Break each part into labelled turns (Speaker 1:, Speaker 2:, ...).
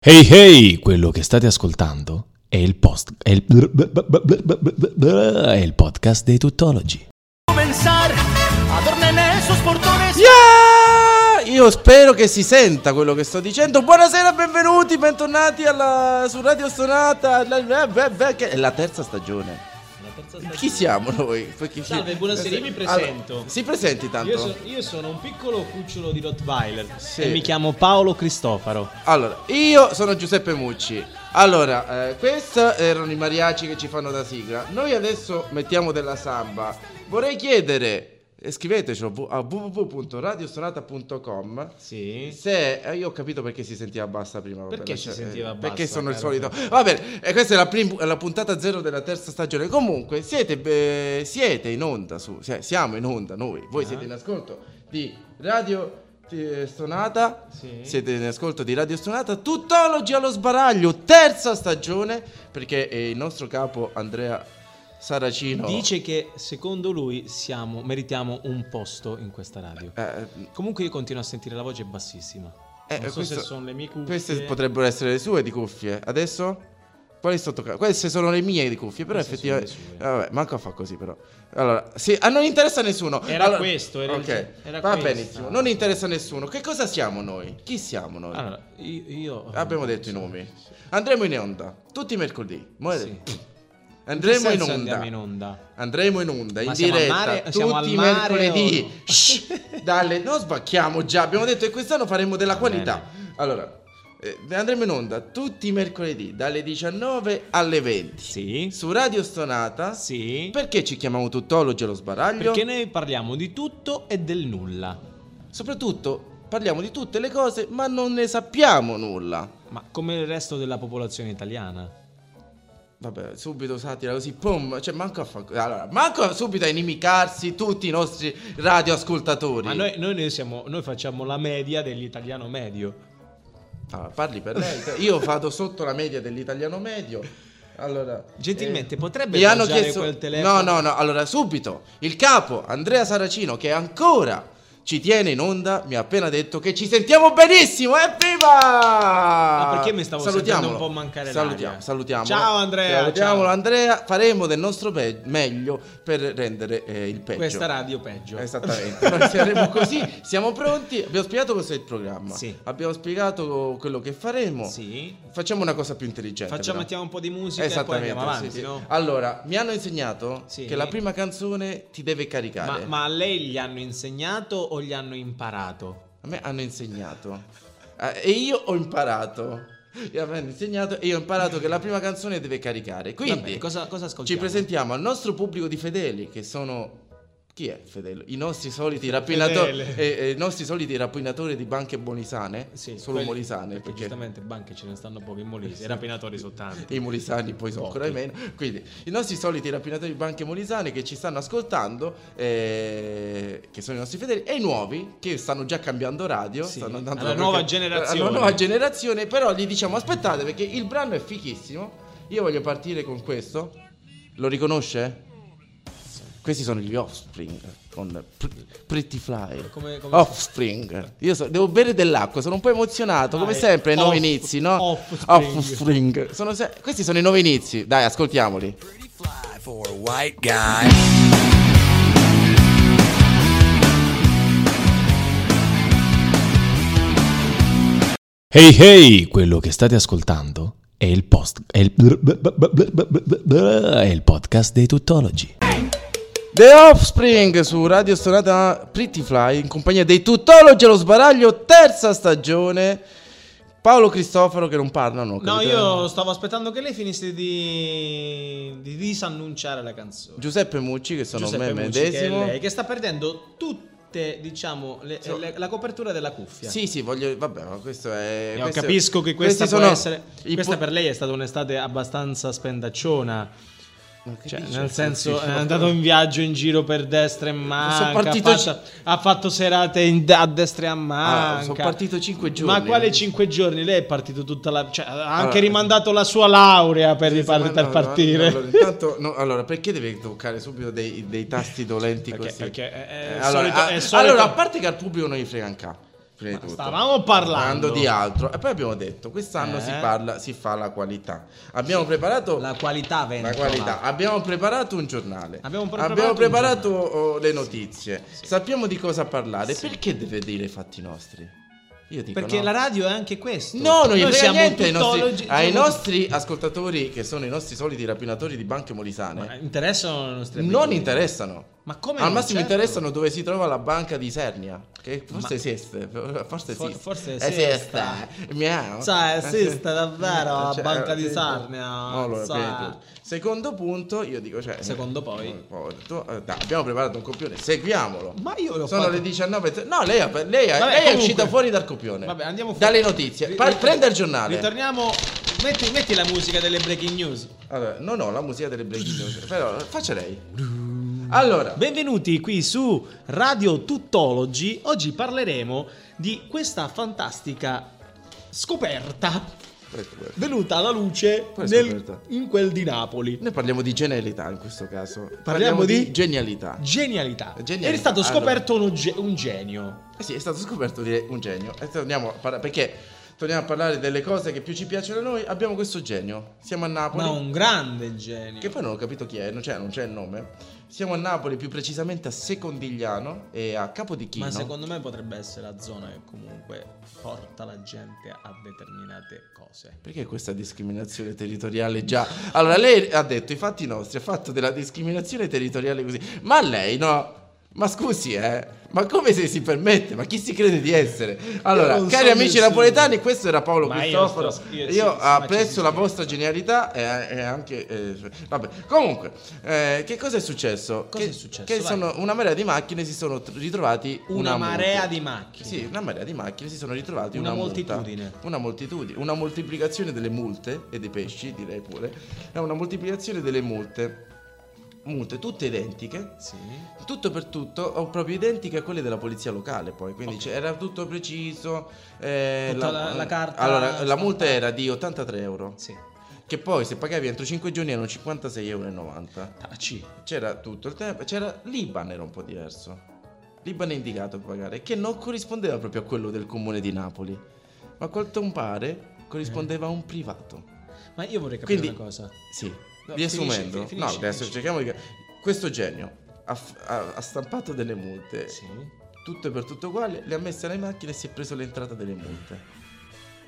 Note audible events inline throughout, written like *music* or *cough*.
Speaker 1: Hey hey, quello che state ascoltando è il, post, è il, è il podcast dei tuttologi.
Speaker 2: comenzar. Adornen esos portones.
Speaker 3: Yeah! Io spero che si senta quello che sto dicendo. Buonasera, benvenuti, bentornati alla, su Radio Sonata. La, la- la- la- che è la terza stagione.
Speaker 4: La terza stagione.
Speaker 3: Chi siamo noi? Perché chi-
Speaker 4: Salve, buonasera, io mi
Speaker 3: Allora,
Speaker 4: presento.
Speaker 3: si presenti tanto?
Speaker 4: Io, so- io sono un piccolo cucciolo di Rottweiler
Speaker 3: Sì.
Speaker 4: e mi chiamo Paolo Cristofaro.
Speaker 3: Allora, io sono Giuseppe Mucci. Allora, eh, questi erano i mariachi che ci fanno da sigla. Noi adesso mettiamo della samba. Vorrei chiedere, eh, scriveteci a www.radiosonata.com
Speaker 4: Sì.
Speaker 3: Se eh, io ho capito perché si sentiva bassa prima. vabbè,
Speaker 4: Perché
Speaker 3: lascia-
Speaker 4: si sentiva
Speaker 3: eh,
Speaker 4: bassa,
Speaker 3: Perché sono il
Speaker 4: caro?
Speaker 3: solito. Va bene, eh, questa è la, prim- la puntata zero della terza stagione. Comunque, siete, eh, siete in onda. Su, si- siamo in onda noi. Voi
Speaker 4: Ah.
Speaker 3: siete in ascolto di Radio eh, Stonata.
Speaker 4: Sì.
Speaker 3: Siete in ascolto di Radio Stonata. Tuttologi allo sbaraglio, terza stagione. Perché eh, il nostro capo Andrea Saracino
Speaker 4: Dice che secondo lui siamo, meritiamo un posto in questa radio.
Speaker 3: Eh,
Speaker 4: Comunque io continuo a sentire la voce bassissima.
Speaker 3: Eh,
Speaker 4: non so
Speaker 3: questo-
Speaker 4: se sono le mie cuffie.
Speaker 3: Queste potrebbero essere le sue di cuffie. Adesso? Quali sto toccando? Queste sono le mie di cuffie, però
Speaker 4: Queste sono
Speaker 3: effettivamente.
Speaker 4: le sue.
Speaker 3: Ah, Vabbè, manco a fa così, però. Allora, sì, ah, non interessa a nessuno.
Speaker 4: Era
Speaker 3: Allora-
Speaker 4: questo, era il-
Speaker 3: Ok,
Speaker 4: era
Speaker 3: va
Speaker 4: questa.
Speaker 3: benissimo. Non interessa a nessuno. Che cosa siamo noi? Chi siamo noi?
Speaker 4: Allora, io... io-
Speaker 3: Abbiamo detto i nomi. Andremo in onda tutti i mercoledì. Mo-
Speaker 4: Sì.
Speaker 3: Andremo
Speaker 4: Che
Speaker 3: in
Speaker 4: senso
Speaker 3: onda.
Speaker 4: Andiamo in onda.
Speaker 3: Andremo in onda, in
Speaker 4: Ma siamo al
Speaker 3: diretta,
Speaker 4: mare- siamo al
Speaker 3: tutti i
Speaker 4: mare
Speaker 3: mercoledì.
Speaker 4: o no?
Speaker 3: *laughs* Shh, dalle, non sbacchiamo già, abbiamo detto che quest'anno faremo della qualità. Allora, eh, andremo in onda tutti i mercoledì, dalle 19 alle 20.
Speaker 4: Sì.
Speaker 3: Su Radio Stonata.
Speaker 4: Sì.
Speaker 3: Perché ci chiamiamo tuttologi allo sbaraglio?
Speaker 4: Perché noi parliamo di tutto e del nulla.
Speaker 3: Soprattutto parliamo di tutte le cose, ma non ne sappiamo nulla.
Speaker 4: Ma come il resto della popolazione italiana.
Speaker 3: Vabbè, subito satira così, pum, cioè manco a fa... Allora, manco subito a inimicarsi tutti i nostri radioascoltatori.
Speaker 4: Ma noi, noi ne siamo- noi facciamo la media dell'italiano medio.
Speaker 3: Ah, parli per lei. Io vado sotto la media dell'italiano medio. Allora,
Speaker 4: Gentilmente, potrebbe
Speaker 3: Eh, mi hanno
Speaker 4: appoggiare
Speaker 3: chiesto
Speaker 4: quel telefono?
Speaker 3: No, no, no, allora subito. Il capo Andrea Saracino che ancora ci tiene in onda mi ha appena detto che ci sentiamo benissimo, evviva!
Speaker 4: Ma perché mi stavo
Speaker 3: Salutiamolo.
Speaker 4: sentendo un po' mancare
Speaker 3: Salutiamo,
Speaker 4: l'aria?
Speaker 3: salutiamo.
Speaker 4: Ciao, Andrea,
Speaker 3: Salutiamolo
Speaker 4: ciao.
Speaker 3: Andrea, faremo del nostro pe- meglio per rendere eh, il peggio.
Speaker 4: Questa radio peggio. *laughs*
Speaker 3: Esattamente, noi saremo così, *laughs* siamo pronti. Abbiamo spiegato cos'è il programma.
Speaker 4: Sì.
Speaker 3: Abbiamo spiegato quello che faremo.
Speaker 4: Sì.
Speaker 3: Facciamo una cosa più intelligente.
Speaker 4: Facciamo,
Speaker 3: però.
Speaker 4: mettiamo un po' di musica e poi
Speaker 3: Esattamente.
Speaker 4: andiamo avanti,
Speaker 3: sì, sì.
Speaker 4: no?
Speaker 3: Allora, mi hanno insegnato
Speaker 4: Sì.
Speaker 3: che la prima canzone ti deve
Speaker 4: Ma,
Speaker 3: caricare.
Speaker 4: ma a lei gli hanno insegnato o gli hanno imparato?
Speaker 3: A me hanno insegnato. Eh, e io ho imparato. E a me hanno insegnato e io ho imparato che la prima canzone deve caricare. Quindi,
Speaker 4: Vabbè, cosa, cosa ascoltiamo?
Speaker 3: ci presentiamo al nostro pubblico di fedeli che sono chi è Fedele? I nostri soliti rapinatori
Speaker 4: Fedele.
Speaker 3: eh, eh, i nostri soliti rapinatori di banche bonisane,
Speaker 4: Sì,
Speaker 3: solo
Speaker 4: quelli-
Speaker 3: molisane
Speaker 4: Perché,
Speaker 3: perché,
Speaker 4: giustamente banche ce ne stanno pochi in Molise, i rapinatori soltanto.
Speaker 3: i molisani poi sono ancora di meno, quindi i nostri soliti rapinatori di banche molisane che ci stanno ascoltando eh, che sono i nostri fedeli e i nuovi che stanno già cambiando radio,
Speaker 4: Sì,
Speaker 3: stanno andando
Speaker 4: alla
Speaker 3: da
Speaker 4: nuova
Speaker 3: qualche-
Speaker 4: generazione.
Speaker 3: alla nuova generazione, però gli diciamo aspettate perché il brano è fichissimo. Io voglio partire con questo. Lo riconosce? Questi sono gli Offspring con Pr- Pretty Fly.
Speaker 4: Come- come-
Speaker 3: offspring. Io so- devo bere dell'acqua, sono un po' emozionato, come
Speaker 4: Dai,
Speaker 3: sempre, ai nuovi
Speaker 4: off-
Speaker 3: inizi, no?
Speaker 4: offspring.
Speaker 3: Offspring. Sono se- questi sono i nuovi inizi. Dai, ascoltiamoli.
Speaker 2: For a white guy.
Speaker 1: Hey hey, quello che state ascoltando è il post è il, è il podcast dei tuttologi.
Speaker 3: The Offspring su Radio Stonata Pretty Fly in compagnia dei tuttologi allo sbaraglio, terza stagione. Paolo Cristoforo che non parla, no?
Speaker 4: No,
Speaker 3: capito?
Speaker 4: io stavo aspettando che lei finisse di, di disannunciare la canzone.
Speaker 3: Giuseppe Mucci che sono
Speaker 4: Giuseppe
Speaker 3: me
Speaker 4: Mucci, che è
Speaker 3: medesimo.
Speaker 4: lei, che sta perdendo tutte, diciamo, le-
Speaker 3: Sì.
Speaker 4: le- la copertura della cuffia.
Speaker 3: Sì, sì, voglio. Vabbè, ma questo è.
Speaker 4: Io
Speaker 3: Eh, questo-
Speaker 4: capisco che questa
Speaker 3: questi
Speaker 4: può
Speaker 3: sono
Speaker 4: essere.
Speaker 3: i
Speaker 4: Questa
Speaker 3: po-
Speaker 4: per lei è stata un'estate abbastanza spendacciona.
Speaker 3: Ma che
Speaker 4: Cioè,
Speaker 3: dici?
Speaker 4: nel senso,
Speaker 3: Sì,
Speaker 4: è
Speaker 3: sì.
Speaker 4: andato in viaggio in giro per destra e manca.
Speaker 3: partito
Speaker 4: ha, fatto, ha fatto serate in- a destra e a manca.
Speaker 3: Ah, sono partito cinque
Speaker 4: Ma
Speaker 3: giorni. eh.
Speaker 4: quale cinque giorni? Lei è partito tutta la. Cioè, ha anche
Speaker 3: Allora-
Speaker 4: rimandato la sua laurea per,
Speaker 3: Sì, sì,
Speaker 4: ripar-
Speaker 3: ma
Speaker 4: per
Speaker 3: no, no,
Speaker 4: partire.
Speaker 3: no, allora, intanto, no, allora, perché deve toccare subito dei, dei tasti dolenti
Speaker 4: *laughs* Perché-
Speaker 3: così?
Speaker 4: perché è- è
Speaker 3: Eh,
Speaker 4: il
Speaker 3: allora, ah,
Speaker 4: solito- è
Speaker 3: a-
Speaker 4: il solito-
Speaker 3: allora, a parte che al pubblico non gli frega un cazzo. prima di
Speaker 4: Ma
Speaker 3: tutto.
Speaker 4: stavamo parlando.
Speaker 3: Parlando di altro. E poi abbiamo detto, quest'anno
Speaker 4: Eh.
Speaker 3: si, parla, si fa la qualità. Abbiamo preparato
Speaker 5: La qualità
Speaker 3: la
Speaker 5: Veneto.
Speaker 3: qualità.
Speaker 5: va.
Speaker 3: Abbiamo preparato un giornale.
Speaker 4: Abbiamo pre-
Speaker 3: Abbiamo preparato
Speaker 4: preparato
Speaker 3: oh, le notizie. Sappiamo di cosa parlare. Perché deve dire i fatti nostri? Io dico
Speaker 4: Perché
Speaker 3: no.
Speaker 4: la radio è anche questo.
Speaker 3: No, non gli
Speaker 4: Noi
Speaker 3: frega
Speaker 4: siamo
Speaker 3: niente ai
Speaker 4: tuttologi-
Speaker 3: nostri, ai
Speaker 4: siamo-
Speaker 3: nostri ascoltatori che sono i nostri soliti rapinatori di banche
Speaker 4: Ma
Speaker 3: molisane.
Speaker 4: interessano le nostre
Speaker 3: Non
Speaker 4: abitudini.
Speaker 3: interessano.
Speaker 4: Ma come
Speaker 3: Al
Speaker 4: no?
Speaker 3: massimo
Speaker 4: Certo.
Speaker 3: interessano dove si trova la banca di Isernia. Che forse esiste. Forse
Speaker 4: For-
Speaker 3: esiste.
Speaker 4: forse
Speaker 3: esiste. Miau. Eh,
Speaker 4: Cioè, esiste davvero la
Speaker 3: Cioè,
Speaker 4: banca di
Speaker 3: sì.
Speaker 4: Sarnia,
Speaker 3: No, allora,
Speaker 4: cioè.
Speaker 3: capito. Secondo punto, io dico, cioè,
Speaker 4: Secondo poi.
Speaker 3: tu- eh, dai, abbiamo preparato un copione, seguiamolo.
Speaker 4: Ma io l'ho
Speaker 3: Sono
Speaker 4: fatto-
Speaker 3: le 19. No, lei, ha- lei ha-
Speaker 4: Vabbè,
Speaker 3: lei è
Speaker 4: comunque.
Speaker 3: uscita fuori dal copione.
Speaker 4: Vabbè, andiamo fuori.
Speaker 3: Dalle notizie.
Speaker 4: Ri-
Speaker 3: Par-
Speaker 4: rit-
Speaker 3: prenda il giornale.
Speaker 4: Ritorniamo. Metti, metti la musica delle breaking news.
Speaker 3: Allora, non ho la musica delle breaking news, però faccia lei. Allora,
Speaker 4: Benvenuti qui su Radio Tuttologi. Oggi parleremo di questa fantastica scoperta venuta alla luce
Speaker 3: Quale
Speaker 4: nel-
Speaker 3: scoperta?
Speaker 4: in quel di Napoli.
Speaker 3: noi parliamo di genialità in questo caso. Parliamo,
Speaker 4: di-
Speaker 3: genialità. Eh,
Speaker 4: Genialità.
Speaker 3: Genialità.
Speaker 4: È stato
Speaker 3: Allora.
Speaker 4: scoperto uno ge- un genio.
Speaker 3: Eh sì, è stato scoperto di un genio. E torniamo a parla- perché torniamo a parlare delle cose che più ci piacciono a noi. Abbiamo questo genio. Siamo a Napoli.
Speaker 4: Ma un grande genio.
Speaker 3: Che poi non ho capito chi è, non c'è, non c'è il nome. Siamo a Napoli, più precisamente a Secondigliano e a Capodichino.
Speaker 4: Ma secondo me potrebbe essere la zona che comunque porta la gente a determinate cose.
Speaker 3: Perché questa discriminazione territoriale già? Allora, lei ha detto i fatti nostri, ha fatto della discriminazione territoriale così. Ma lei no? Ma scusi, eh? Ma come se si permette? Ma chi si crede di essere? Allora,
Speaker 4: Io non
Speaker 3: cari
Speaker 4: so
Speaker 3: amici
Speaker 4: nessuno.
Speaker 3: napoletani, questo era Paolo
Speaker 4: Ma io
Speaker 3: Cristoforo.
Speaker 4: sto-
Speaker 3: Io,
Speaker 4: io- sì, sì, ma ci
Speaker 3: apprezzo
Speaker 4: si
Speaker 3: la
Speaker 4: scherza.
Speaker 3: vostra genialità e, e anche... eh, vabbè, comunque, eh, che cosa è successo?
Speaker 4: Cosa
Speaker 3: che,
Speaker 4: è successo?
Speaker 3: Che
Speaker 4: Vai.
Speaker 3: sono una marea di macchine si sono tr- ritrovati
Speaker 4: Una, marea
Speaker 3: multi-
Speaker 4: di macchine.
Speaker 3: sì, una marea di macchine si sono ritrovati
Speaker 4: Una
Speaker 3: una,
Speaker 4: moltitudine.
Speaker 3: multa. una moltitudine, una moltiplicazione delle multe e dei pesci, direi pure. È una moltiplicazione delle multe. Multe tutte identiche,
Speaker 4: Sì.
Speaker 3: tutto per tutto, o proprio identiche a quelle della polizia locale. Poi quindi c'era- era tutto preciso. eh,
Speaker 4: Tutta la- la carta
Speaker 3: Allora, la
Speaker 4: stampata.
Speaker 3: multa era di 83 euro.
Speaker 4: Sì.
Speaker 3: Che poi, se pagavi entro 5 giorni, erano 56,90 euro.
Speaker 4: Taci.
Speaker 3: C'era tutto il tempo, c'era l'Iban era un po' diverso. L'Iban è indicato a pagare, che non corrispondeva proprio a quello del comune di Napoli, ma a quanto pare corrispondeva a un privato.
Speaker 4: Ma io vorrei capire
Speaker 3: Quindi,
Speaker 4: una cosa.
Speaker 3: Sì,
Speaker 4: No,
Speaker 3: riassumendo,
Speaker 4: finisci, fi- finisci,
Speaker 3: no, adesso
Speaker 4: finisci.
Speaker 3: cerchiamo di. Questo genio ha, f- ha- ha stampato delle multe,
Speaker 4: Sì.
Speaker 3: tutte per tutto uguali, le ha messe alle macchine e si è preso l'entrata delle multe.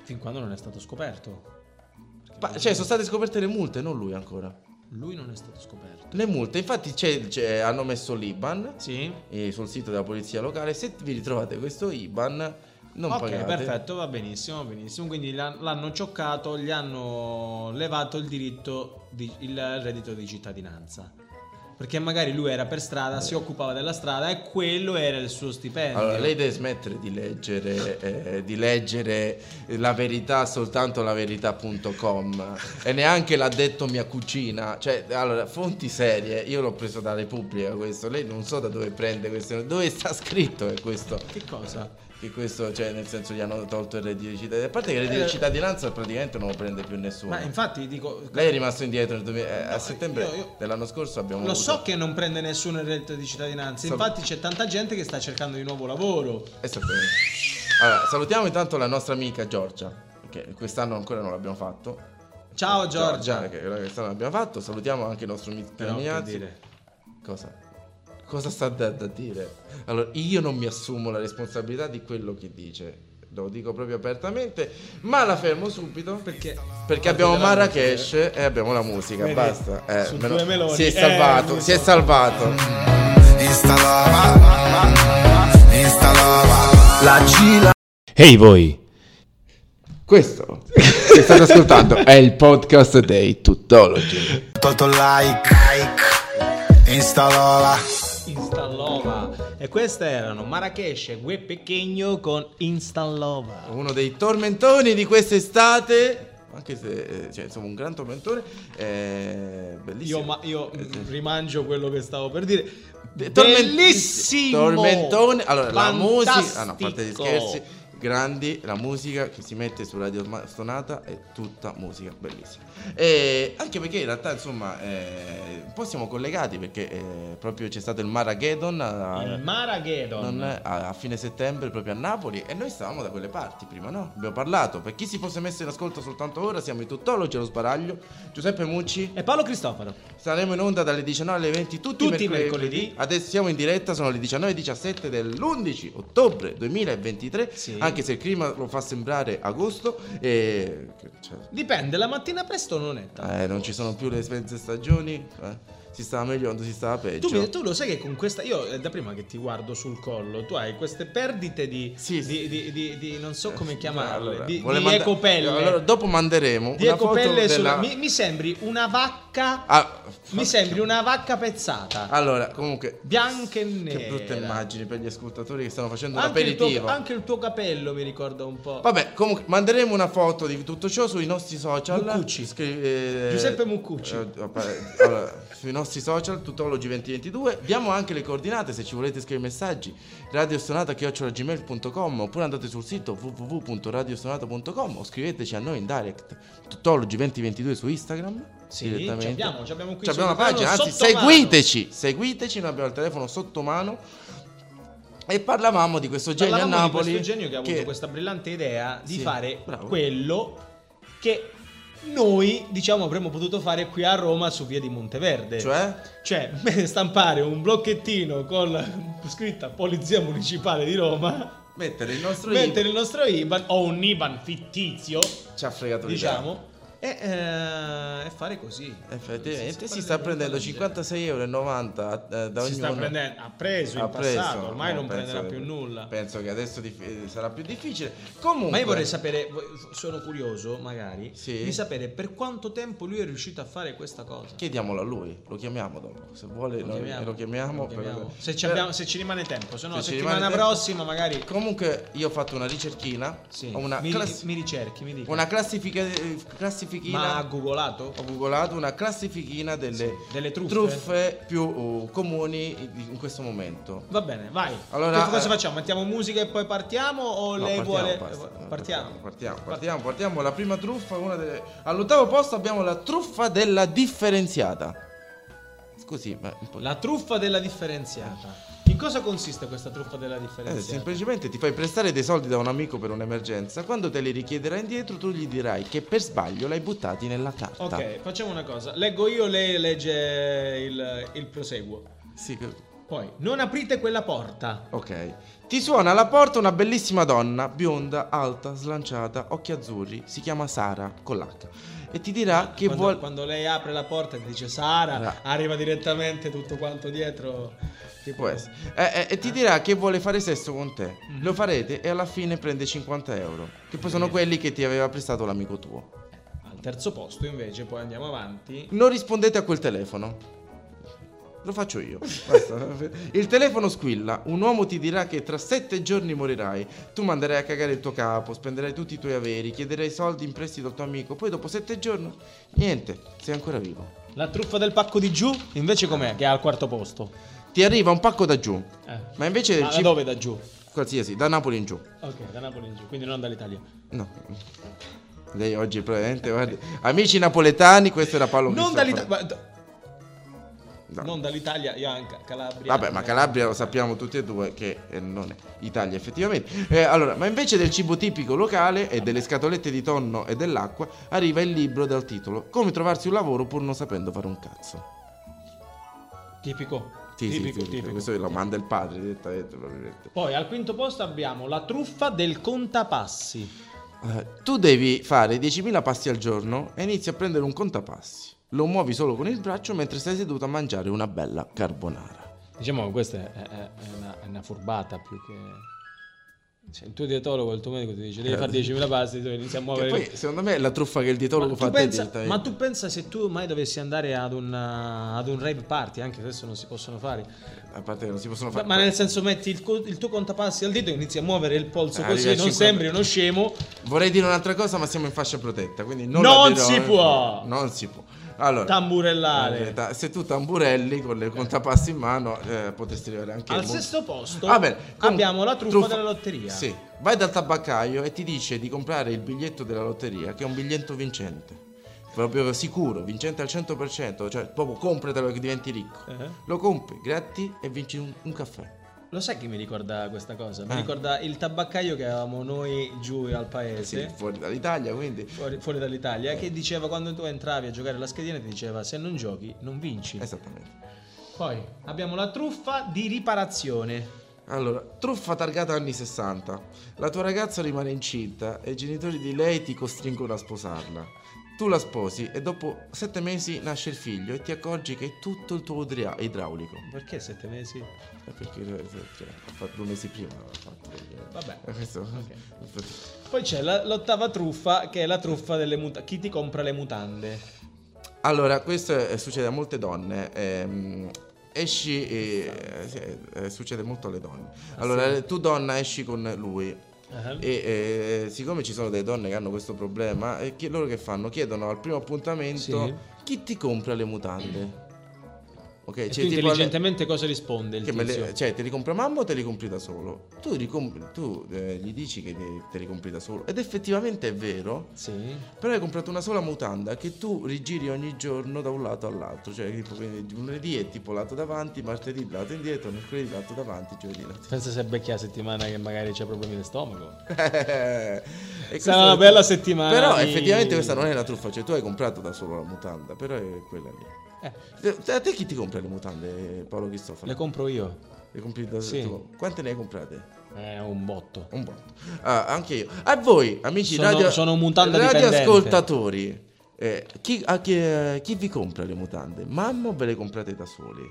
Speaker 4: Fin quando non è stato scoperto.
Speaker 3: Pa- cioè, sono state scoperte le multe, non lui ancora.
Speaker 4: Lui non è stato scoperto.
Speaker 3: Le multe, infatti, c'è- c'è- hanno messo l'Iban,
Speaker 4: Sì.
Speaker 3: e sul sito della polizia locale. Se vi ritrovate questo IBAN, non
Speaker 4: ok,
Speaker 3: pagate.
Speaker 4: perfetto, va benissimo, benissimo. Quindi l'ha- l'hanno cioccato, gli hanno levato il diritto, di- il reddito di cittadinanza. Perché magari lui era per strada, si occupava della strada e quello era il suo stipendio.
Speaker 3: Allora, lei deve smettere di leggere, eh, di leggere la verità soltanto la verità.com e neanche l'ha detto mia cucina. Cioè, allora, fonti serie, io l'ho preso da Repubblica questo, lei non so da dove prende questo, dove sta scritto che questo
Speaker 4: Che cosa?
Speaker 3: che questo, cioè, nel senso gli hanno tolto il reddito di cittadinanza. A parte che il reddito di cittadinanza praticamente non lo prende più nessuno.
Speaker 4: Eh. Ma infatti dico...
Speaker 3: Lei è rimasto indietro nel 2000 eh, a settembre
Speaker 4: io- io-
Speaker 3: dell'anno scorso abbiamo
Speaker 4: Lo
Speaker 3: avuto-
Speaker 4: so che non prende nessuno il reddito di cittadinanza,
Speaker 3: Sap-
Speaker 4: infatti c'è tanta gente che sta cercando di nuovo lavoro.
Speaker 3: Eh, sappiamo. Allora, salutiamo intanto la nostra amica Giorgia, che quest'anno ancora non l'abbiamo fatto.
Speaker 4: Ciao Giorgia!
Speaker 3: che quest'anno l'abbiamo fatto. Salutiamo anche il nostro Mitch
Speaker 4: Però, che
Speaker 3: Mignazzi.
Speaker 4: dire.
Speaker 3: Cosa? Cosa sta da, da dire? Allora, io non mi assumo la responsabilità di quello che dice. Lo dico proprio apertamente, ma la fermo subito
Speaker 4: Perché-
Speaker 3: perché abbiamo
Speaker 4: della
Speaker 3: Marrakesh e abbiamo la musica.
Speaker 4: Vedi,
Speaker 3: basta. Eh,
Speaker 4: su
Speaker 3: meno-
Speaker 4: due meloni,
Speaker 3: Si è
Speaker 4: eh, Mm.
Speaker 3: salvato,
Speaker 4: giusto.
Speaker 3: si è salvato.
Speaker 1: Ehi voi!
Speaker 3: Questo che state ascoltando è il podcast dei Tuttologi.
Speaker 6: Toto like, like, instalola.
Speaker 4: Installova! E queste erano Marrakesh e Gue Pechegno con Installova.
Speaker 3: Uno dei tormentoni di quest'estate, anche se eh, cioè, insomma un gran tormentone, eh, bellissimo.
Speaker 4: Io, ma- io rimangio quello che stavo per dire.
Speaker 3: De- torment-
Speaker 4: Bellissimo!
Speaker 3: Tormentone. Allora, la musica, ah, no, a parte gli
Speaker 4: Fantastico!
Speaker 3: scherzi. grandi, la musica che si mette su Radio Ma- Stonata è tutta musica bellissima. E anche perché in realtà, insomma, eh, poi siamo collegati perché eh, proprio c'è stato il eh, Marageddon a,
Speaker 4: Il Maraghedon.
Speaker 3: non è- a, a fine settembre proprio a Napoli e noi stavamo da quelle parti prima, no? Abbiamo parlato. Per chi si fosse messo in ascolto soltanto ora, siamo i tuttologi allo sbaraglio. Giuseppe Mucci,
Speaker 4: E Paolo Cristofaro.
Speaker 3: saremo in onda dalle 19 alle 20 tutti,
Speaker 4: Tutti i
Speaker 3: mercoledì.
Speaker 4: mercoledì.
Speaker 3: Adesso siamo in diretta, sono le 19.17 dell'11 ottobre 2023,
Speaker 4: Sì.
Speaker 3: anche se il clima lo fa sembrare agosto e... cioè,
Speaker 4: Dipende, la mattina presto non è tanto.
Speaker 3: eh, non ci sono più le spese stagioni, eh. si stava meglio quando si stava peggio.
Speaker 4: Tu, mi- tu lo sai che con questa. Io è da prima che ti guardo sul collo, tu hai queste perdite di.
Speaker 3: Sì,
Speaker 4: di,
Speaker 3: sì.
Speaker 4: di- di- di- non so come chiamarle.
Speaker 3: Allora,
Speaker 4: di,
Speaker 3: volevo
Speaker 4: di
Speaker 3: manda-
Speaker 4: ecopelle.
Speaker 3: Allora, dopo manderemo
Speaker 4: di
Speaker 3: una foto
Speaker 4: ecopelle
Speaker 3: della-
Speaker 4: sulla- mi, mi sembri una vacca.
Speaker 3: Ah,
Speaker 4: mi sembri una vacca pezzata.
Speaker 3: Allora, comunque
Speaker 4: bianca e nera.
Speaker 3: che brutte immagini per gli ascoltatori che stanno facendo un
Speaker 4: Anche il,
Speaker 3: aperitivo.
Speaker 4: tuo, anche il tuo capello mi ricorda un po'.
Speaker 3: Vabbè, comunque manderemo una foto di tutto ciò sui nostri social.
Speaker 4: Muccucci.
Speaker 3: Scri- eh,
Speaker 4: Giuseppe Muccucci.
Speaker 3: eh, vabbè, allora, *laughs* sui nostri social, tutologi2022. Diamo anche le coordinate se ci volete scrivere messaggi. radiosonata.gmail.com oppure andate sul sito www.radiosonata.com o scriveteci a noi in direct. Tutologi2022 su Instagram.
Speaker 4: Sì,
Speaker 3: direttamente.
Speaker 4: ci abbiamo, ci abbiamo qui
Speaker 3: Ci abbiamo
Speaker 4: sul
Speaker 3: la pagina,
Speaker 4: telefono
Speaker 3: anzi
Speaker 4: sotto mano.
Speaker 3: seguiteci, seguiteci, noi abbiamo il telefono sotto mano e parlavamo di questo genio
Speaker 4: Parlavamo
Speaker 3: a Napoli.
Speaker 4: di questo genio che ha avuto questa brillante idea di
Speaker 3: Sì,
Speaker 4: fare
Speaker 3: bravo.
Speaker 4: quello che noi diciamo avremmo potuto fare qui a Roma su via di Monteverde
Speaker 3: Cioè?
Speaker 4: Cioè, *laughs* stampare un blocchettino con scritta polizia municipale di Roma
Speaker 3: Mettere il nostro
Speaker 4: mettere
Speaker 3: link
Speaker 4: il nostro IBAN o un IBAN fittizio
Speaker 3: ci ha fregato l'idea.
Speaker 4: diciamo e, eh, e fare così
Speaker 3: Effettivamente si,
Speaker 4: fare
Speaker 3: sta
Speaker 4: delle
Speaker 3: prendendo
Speaker 4: cose del genere.
Speaker 3: 56,90 euro eh, da
Speaker 4: si sta
Speaker 3: ognuno.
Speaker 4: prendendo ha preso in
Speaker 3: Ha preso,
Speaker 4: passato ormai
Speaker 3: no,
Speaker 4: non
Speaker 3: penso
Speaker 4: prenderà
Speaker 3: che-
Speaker 4: più nulla
Speaker 3: Penso che adesso dif- eh, sarà più difficile. Comunque,
Speaker 4: Ma io vorrei sapere, vo- sono curioso magari,
Speaker 3: Sì.
Speaker 4: di sapere per quanto tempo lui è riuscito a fare questa cosa.
Speaker 3: chiediamolo a lui, lo chiamiamo dopo. Se vuole, noi- lo chiamiamo.
Speaker 4: lo chiamiamo.
Speaker 3: per-
Speaker 4: Se, ci
Speaker 3: per-
Speaker 4: abbiamo- se ci rimane tempo, se no la
Speaker 3: Se ci
Speaker 4: settimana
Speaker 3: rimane tempo.
Speaker 4: prossima magari...
Speaker 3: Comunque, io ho fatto una ricerchina.
Speaker 4: Sì,
Speaker 3: ho Una
Speaker 4: mi,
Speaker 3: classi-
Speaker 4: mi ricerchi, mi dica.
Speaker 3: Una classifica, eh, classifichina.
Speaker 4: Ma ha googolato?
Speaker 3: Ho googolato una classifichina delle,
Speaker 4: Sì, delle truffe.
Speaker 3: più uh, comuni in in questo momento.
Speaker 4: Va bene, vai.
Speaker 3: Allora,
Speaker 4: Che cosa
Speaker 3: eh,
Speaker 4: facciamo? Mettiamo musica e poi partiamo o
Speaker 3: No,
Speaker 4: lei vuole...
Speaker 3: basta.
Speaker 4: eh,
Speaker 3: No,
Speaker 4: Partiamo.
Speaker 3: Partiamo,
Speaker 4: Par-
Speaker 3: partiamo, partiamo. La prima truffa, una delle... all'ottavo posto abbiamo la truffa della differenziata. Così, ma un po'-
Speaker 4: La truffa della differenziata. In cosa consiste questa truffa della
Speaker 3: Eh,
Speaker 4: differenziata?
Speaker 3: semplicemente ti fai prestare dei soldi da un amico per un'emergenza. Quando te li richiederà indietro, tu gli dirai che per sbaglio l'hai buttati nella carta.
Speaker 4: ok, facciamo una cosa. Leggo io, lei legge il- il proseguo.
Speaker 3: Sì, che-
Speaker 4: Poi, non aprite quella porta.
Speaker 3: Ok. Ti suona alla porta una bellissima donna, bionda, alta, slanciata, occhi azzurri. Si chiama Sara con l'H. E ti dirà che
Speaker 4: quando,
Speaker 3: vuole.
Speaker 4: quando lei apre la porta e dice Sara,
Speaker 3: Ah.
Speaker 4: arriva direttamente tutto quanto dietro. Tipo,
Speaker 3: Può essere. Eh, eh, e ti dirà che vuole fare sesso con te.
Speaker 4: Mm.
Speaker 3: Lo farete e alla fine prende 50 euro. Che poi sono quelli che ti aveva prestato l'amico tuo.
Speaker 4: Al terzo posto invece, poi andiamo avanti.
Speaker 3: Non rispondete a quel telefono. Lo faccio io. Basta.
Speaker 4: *laughs*
Speaker 3: Il telefono squilla. Un uomo ti dirà che tra sette giorni morirai. Tu manderai a cagare il tuo capo, spenderai tutti i tuoi averi, chiederai soldi in prestito al tuo amico. Poi dopo sette giorni, niente, sei ancora vivo.
Speaker 4: La truffa del pacco di giù invece com'è? Che è al quarto posto.
Speaker 3: Ti arriva un pacco da giù.
Speaker 4: Eh.
Speaker 3: Ma invece
Speaker 4: Ma da
Speaker 3: ci-
Speaker 4: dove da giù?
Speaker 3: qualsiasi, da Napoli in giù.
Speaker 4: Ok, da Napoli in giù, quindi non dall'Italia.
Speaker 3: No. Lei oggi probabilmente, guardi. Amici napoletani, questo era Paolo
Speaker 4: Non
Speaker 3: Cristofaro.
Speaker 4: dall'Italia, ma da-
Speaker 3: No.
Speaker 4: non dall'Italia, io anche Calabria.
Speaker 3: Vabbè, ma Calabria lo sappiamo tutti e due che eh, non è Italia effettivamente. Eh, allora, ma invece del cibo tipico locale e delle scatolette di tonno e dell'acqua, arriva il libro dal titolo Come trovarsi un lavoro pur non sapendo fare un cazzo.
Speaker 4: Tipico.
Speaker 3: Sì, sì,
Speaker 4: tipico,
Speaker 3: sì, sì,
Speaker 4: tipico.
Speaker 3: questo lo manda il padre direttamente. probabilmente.
Speaker 4: Poi al quinto posto abbiamo la truffa del contapassi.
Speaker 3: Eh, tu devi fare 10.000 passi al giorno e inizi a prendere un contapassi. Lo muovi solo con il braccio mentre stai seduto a mangiare una bella carbonara.
Speaker 4: Diciamo che questa è, è- è una, è una furbata più che. Cioè, il tuo dietologo, il tuo medico ti dice devi fare 10.000 passi, tu inizi a
Speaker 3: Che
Speaker 4: muovere.
Speaker 3: poi secondo me è la truffa che il
Speaker 4: ma,
Speaker 3: dietologo fa a
Speaker 4: tu
Speaker 3: te eh.
Speaker 4: pensa,
Speaker 3: direttamente.
Speaker 4: ma tu pensa se tu mai dovessi andare ad un, ad un rave party, anche se adesso non si possono fare,
Speaker 3: A parte che non si possono
Speaker 4: ma,
Speaker 3: fare
Speaker 4: ma nel senso metti il, co- il tuo contapassi al dito e inizi a muovere il polso
Speaker 3: Eh,
Speaker 4: così
Speaker 3: arrivi
Speaker 4: non
Speaker 3: a 50.
Speaker 4: sembri uno scemo.
Speaker 3: Vorrei dire un'altra cosa, ma siamo in fascia protetta, quindi non,
Speaker 4: Non
Speaker 3: la dirò. eh.
Speaker 4: si può!
Speaker 3: Non si può. Allora,
Speaker 4: Tamburellare.
Speaker 3: eh, se tu tamburelli con le contapassi in mano, eh, potresti arrivare anche
Speaker 4: Al
Speaker 3: mo-
Speaker 4: sesto posto
Speaker 3: Va bene, comunque,
Speaker 4: abbiamo la truffa, della lotteria.
Speaker 3: Sì. Vai dal tabaccaio e ti dice di comprare il biglietto della lotteria, che è un biglietto vincente. Proprio sicuro, vincente al 100%, cioè proprio compratelo che diventi ricco.
Speaker 4: Eh.
Speaker 3: Lo compri, gratti e vinci un, un caffè.
Speaker 4: Lo sai che mi ricorda questa cosa? Mi
Speaker 3: Eh.
Speaker 4: ricorda il tabaccaio che avevamo noi giù al paese.
Speaker 3: Sì, fuori dall'Italia, quindi.
Speaker 4: Fuori, fuori dall'Italia, che diceva quando tu entravi a giocare alla schedina, ti diceva se non giochi non vinci.
Speaker 3: Eh Esattamente.
Speaker 4: Poi abbiamo la truffa di riparazione.
Speaker 3: Allora, truffa targata anni 60. La tua ragazza rimane incinta e i genitori di lei ti costringono a sposarla. Tu la sposi e dopo sette mesi nasce il figlio e ti accorgi che è tutto il tuo udria- idraulico.
Speaker 4: Perché sette mesi?
Speaker 3: Eh, Perché eh, cioè, ha fatto due mesi prima l'ha fatto. eh.
Speaker 4: Vabbè.
Speaker 3: Eh, Questo,
Speaker 4: Poi c'è la- l'ottava truffa, che è la truffa delle mutande. Chi ti compra le mutande?
Speaker 3: *laughs* Allora, questo eh, succede a molte donne. ehm, esci, eh, sì, eh, succede molto alle donne. Allora, tu donna esci con lui. E eh, siccome ci sono delle donne che hanno questo problema, eh, chi- loro che fanno? Chiedono al primo appuntamento
Speaker 4: Sì.
Speaker 3: chi ti compra le mutande. Ok,
Speaker 4: E
Speaker 3: cioè,
Speaker 4: tu
Speaker 3: tipo alle-
Speaker 4: intelligentemente cosa risponde il
Speaker 3: che me le-
Speaker 4: tizio?
Speaker 3: cioè, te li compra mamma o te li compri da solo? Tu, li comp- tu, eh, gli dici che te- te li compri da solo. Ed effettivamente è vero.
Speaker 4: Sì.
Speaker 3: Però hai comprato una sola mutanda che tu rigiri ogni giorno da un lato all'altro. Cioè, tipo, quindi lunedì è tipo lato davanti, martedì lato indietro, mercoledì lato davanti, giovedì lato.
Speaker 4: Pensa se becchi la settimana che magari c'è problemi di stomaco.
Speaker 3: Eh, E questa
Speaker 4: Sarà
Speaker 3: è-
Speaker 4: una bella settimana.
Speaker 3: Però
Speaker 4: di-
Speaker 3: effettivamente questa non è una truffa, cioè tu hai comprato da solo la mutanda, però è quella lì.
Speaker 4: Eh,
Speaker 3: Te- A te chi ti compra le mutande, Paolo Cristofano?
Speaker 4: le
Speaker 3: Le,
Speaker 4: compro io.
Speaker 3: compri da
Speaker 4: Sì.
Speaker 3: solo? Quante ne hai comprate?
Speaker 4: È un botto.
Speaker 3: Un po'. Ah, anche io. A voi, amici
Speaker 4: Sono-
Speaker 3: radio,
Speaker 4: sono un mutanda
Speaker 3: radioascoltatori, eh, chi, a chi, eh, chi vi compra le mutande? Mamma o ve le comprate da soli?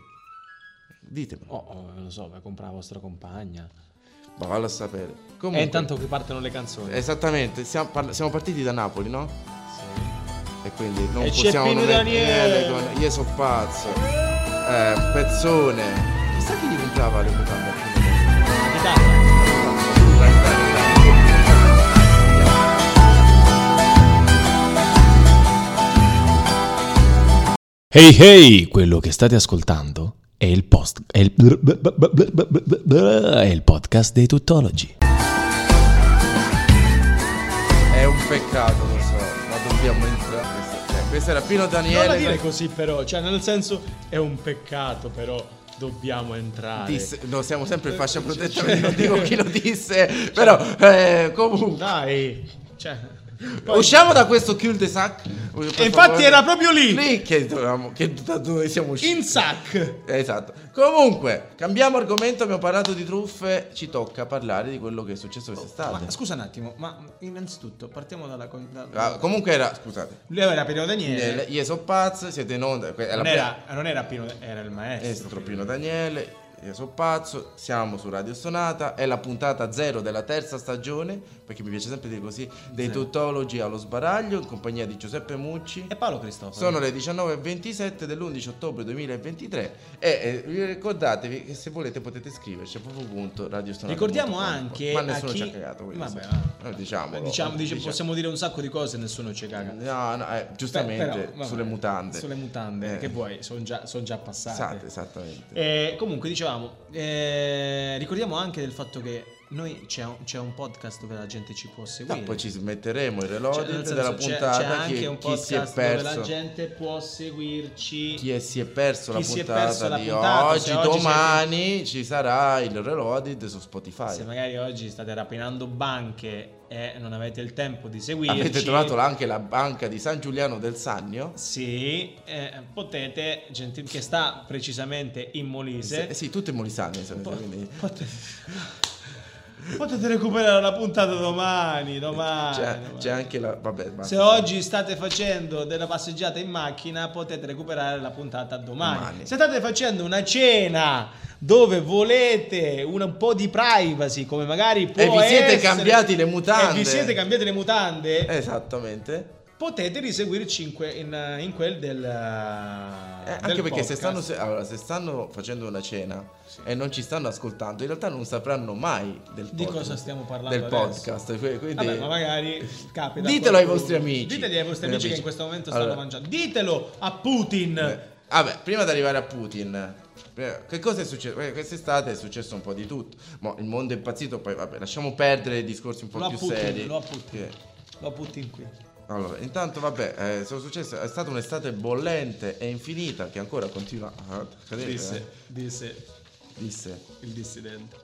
Speaker 3: Ditemi,
Speaker 4: Oh, oh, non lo so, vai a comprare la vostra compagna.
Speaker 3: ma vallo a sapere. Comunque,
Speaker 4: E Eh, intanto che partono le canzoni.
Speaker 3: Eh, Esattamente, siamo, parla- siamo partiti da Napoli, no? E quindi non
Speaker 4: E c'è
Speaker 3: possiamo
Speaker 4: Pino
Speaker 3: non
Speaker 4: Daniele.
Speaker 3: con Io so pazzo. Eh, pezzone. Chissà chi gli comprava le mutande a Pino Daniele.
Speaker 4: Chitarra.
Speaker 1: Hey hey, quello che state ascoltando è il post è il, è il podcast dei tuttologi.
Speaker 3: È un peccato, lo so, ma dobbiamo entrare. Questo, cioè, questo era Pino
Speaker 4: Non la
Speaker 3: Daniele.
Speaker 4: dire così però, cioè nel senso è un peccato però dobbiamo entrare.
Speaker 3: Disse- no, siamo sempre in fascia protetta, quindi non dico
Speaker 4: *laughs*
Speaker 3: chi lo disse, però eh, comunque.
Speaker 4: Dai. Cioè, poi-
Speaker 3: Usciamo da questo cul de sac.
Speaker 4: E infatti era proprio lì.
Speaker 3: Lì che, dovevamo- che- da dove siamo usciti.
Speaker 4: In sac.
Speaker 3: Esatto. Comunque, cambiamo argomento, abbiamo parlato di truffe, ci tocca parlare di quello che è successo quest'estate.
Speaker 4: Oh, Ma scusa un attimo, ma innanzitutto partiamo dalla... con- da-
Speaker 3: Ah, comunque era, scusate, Eh,
Speaker 4: Lui era Pino Daniele.
Speaker 3: io sono pazzo, siete in onda, que- è la
Speaker 4: Eh. Non
Speaker 3: prima-
Speaker 4: era, non era Pino, era il maestro.
Speaker 3: Estro Pino Daniele, io sono pazzo, siamo su Radio Sonata, è la puntata zero della terza stagione, perché mi piace sempre dire così, dei tutologi allo sbaraglio in compagnia di Giuseppe Mucci.
Speaker 4: E Paolo Cristoforo.
Speaker 3: Sono le 19.27 dell'11 ottobre 2023 e eh, vi ricordatevi che se volete potete scriverci a www.radiosonata.com.
Speaker 4: Ricordiamo anche
Speaker 3: Ma
Speaker 4: a
Speaker 3: nessuno
Speaker 4: chi-
Speaker 3: ci ha cagato, quindi
Speaker 4: Vabbè,
Speaker 3: sì.
Speaker 4: va.
Speaker 3: No, diciamolo.
Speaker 4: Diciamo, dice-
Speaker 3: Diciamo.
Speaker 4: possiamo dire un sacco di cose e nessuno ci caga.
Speaker 3: No, no, eh, giustamente
Speaker 4: Beh, però, vabbè,
Speaker 3: sulle mutande.
Speaker 4: Sulle mutande,
Speaker 3: Eh,
Speaker 4: che poi sono già, son già passate.
Speaker 3: Esatto, esattamente.
Speaker 4: Eh, comunque dicevamo, eh, ricordiamo anche del fatto che noi c'è un, c'è un podcast dove la gente ci può
Speaker 3: No,
Speaker 4: seguire.
Speaker 3: poi ci metteremo il reloj
Speaker 4: Cioè, nel senso,
Speaker 3: della
Speaker 4: c'è-
Speaker 3: puntata.
Speaker 4: c'è anche
Speaker 3: chi,
Speaker 4: un
Speaker 3: chi si è
Speaker 4: podcast dove la
Speaker 3: perso.
Speaker 4: gente può seguirci.
Speaker 3: Chi è- si è perso la
Speaker 4: Chi si è
Speaker 3: puntata
Speaker 4: perso la
Speaker 3: di
Speaker 4: puntata,
Speaker 3: oggi,
Speaker 4: se oggi
Speaker 3: domani ci sarà il reloaded su Spotify.
Speaker 4: Se magari oggi state rapinando banche e non avete il tempo di seguirci.
Speaker 3: Avete trovato la- anche la banca di San Giuliano del Sannio?
Speaker 4: Sì, eh, potete, gentil- che sta precisamente in Molise.
Speaker 3: Eh sì, tutto in Molisano.
Speaker 4: Po-
Speaker 3: Quindi...
Speaker 4: Potete, potete recuperare la puntata domani. domani,
Speaker 3: C'è,
Speaker 4: domani.
Speaker 3: c'è anche la. Vabbè, basta.
Speaker 4: Ah, Se oggi state facendo della passeggiata in macchina, potete recuperare la puntata domani.
Speaker 3: Domani.
Speaker 4: Se state facendo una cena dove volete un, po' di privacy, come magari può
Speaker 3: E vi siete
Speaker 4: essere-
Speaker 3: cambiati le mutande. Eh,
Speaker 4: e vi siete cambiate le mutande,
Speaker 3: Esattamente.
Speaker 4: potete riseguirci in, que- in- in quel del.
Speaker 3: Eh, anche perché se stanno, se- allora, se stanno facendo una cena e non ci stanno ascoltando, in realtà non sapranno mai del
Speaker 4: Di
Speaker 3: podcast,
Speaker 4: cosa stiamo parlando
Speaker 3: Del
Speaker 4: adesso?
Speaker 3: podcast. que- Quindi,
Speaker 4: Vabbè, ma magari capita. a
Speaker 3: Ditelo ai
Speaker 4: qualcuno.
Speaker 3: vostri amici.
Speaker 4: Diteli ai vostri
Speaker 3: Eh,
Speaker 4: amici
Speaker 3: amici.
Speaker 4: che
Speaker 3: Eh,
Speaker 4: in questo momento
Speaker 3: Allora.
Speaker 4: stanno mangiando. Ditelo a Putin.
Speaker 3: Eh, Vabbè, prima di arrivare a Putin, Eh, Che cosa è successo? Eh, Quest'estate è successo un po' di tutto. Mo il mondo è impazzito, poi vabbè, lasciamo perdere i discorsi un po'
Speaker 4: Lo
Speaker 3: più
Speaker 4: apputti,
Speaker 3: seri.
Speaker 4: lo apputti.
Speaker 3: Che-
Speaker 4: Lo Putin qui.
Speaker 3: Allora, intanto vabbè, eh, sono successo, è stata un'estate bollente e infinita che ancora continua a cadere. eh?
Speaker 4: Disse, disse
Speaker 3: Disse.
Speaker 4: il dissidente.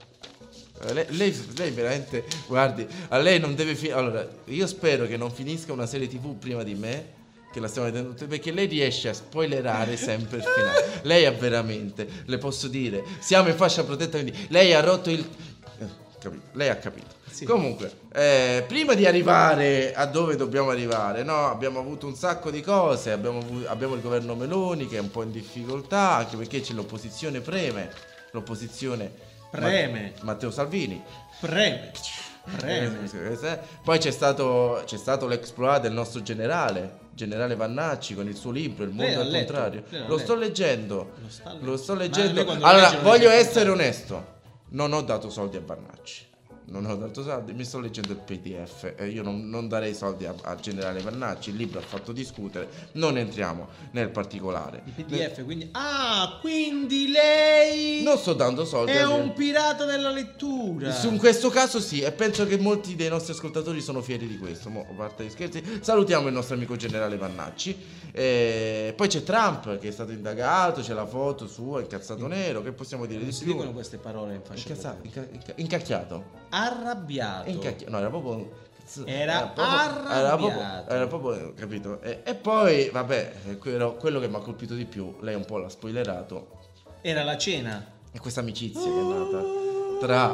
Speaker 3: Eh, Lei, lei- lei veramente, guardi, a lei non deve finire. Allora, io spero che non finisca una serie TV prima di me, che la stiamo vedendo tutti, perché lei riesce a
Speaker 4: *laughs*
Speaker 3: spoilerare sempre il finale. Lei ha veramente, le posso dire, siamo in fascia protetta, quindi lei ha rotto il... eh, capito, Lei ha capito.
Speaker 4: Sì.
Speaker 3: Comunque, eh, prima di arrivare a dove dobbiamo arrivare, no? abbiamo avuto un sacco di cose, abbiamo, avu- abbiamo il governo Meloni che è un po' in difficoltà, anche perché c'è l'opposizione preme, l'opposizione
Speaker 4: Preme.
Speaker 3: Ma- Matteo Salvini.
Speaker 4: Preme. Preme.
Speaker 3: Eh, Poi c'è stato, c'è stato l'exploit del nostro generale, generale Vannacci, con il suo libro Il
Speaker 4: Lei
Speaker 3: mondo
Speaker 4: l'ha
Speaker 3: al
Speaker 4: letto?
Speaker 3: contrario.
Speaker 4: Lei l'ha
Speaker 3: Lo sto
Speaker 4: letto?
Speaker 3: leggendo.
Speaker 4: Lo sta
Speaker 3: Lo sto
Speaker 4: leggendo. Ma
Speaker 3: leggendo.
Speaker 4: lui quando lo
Speaker 3: Allora,
Speaker 4: legge lo
Speaker 3: voglio
Speaker 4: legge
Speaker 3: essere
Speaker 4: tutto.
Speaker 3: onesto. Non ho dato soldi a Vannacci. Non ho dato soldi, mi sto leggendo il PDF. eh, io non, non darei soldi a- al generale Vannacci. Il libro ha fatto discutere. Non entriamo nel particolare.
Speaker 4: Il PDF, quindi... Ah, quindi lei...
Speaker 3: Non sto dando soldi
Speaker 4: È
Speaker 3: al-
Speaker 4: un pirata della lettura.
Speaker 3: Su in questo caso sì, e penso che molti dei nostri ascoltatori sono fieri di questo. Mo, a parte gli scherzi, salutiamo il nostro amico generale Vannacci. Eh, poi c'è Trump che è stato indagato, c'è la foto sua, incazzato nero, che possiamo dire
Speaker 4: Non
Speaker 3: di
Speaker 4: si
Speaker 3: più?
Speaker 4: Eh, dicono queste parole in faccia.
Speaker 3: Incazzato,
Speaker 4: propria.
Speaker 3: inca- inca- incacchiato.
Speaker 4: Arrabbiato.
Speaker 3: Incacchia- No, era proprio.
Speaker 4: Era
Speaker 3: era proprio,
Speaker 4: arrabbiato.
Speaker 3: era proprio- eh, capito? E, e poi, vabbè, eh, quello, quello che mi ha colpito di più, lei un po' l'ha spoilerato,
Speaker 4: Era la cena.
Speaker 3: è questa amicizia che è nata tra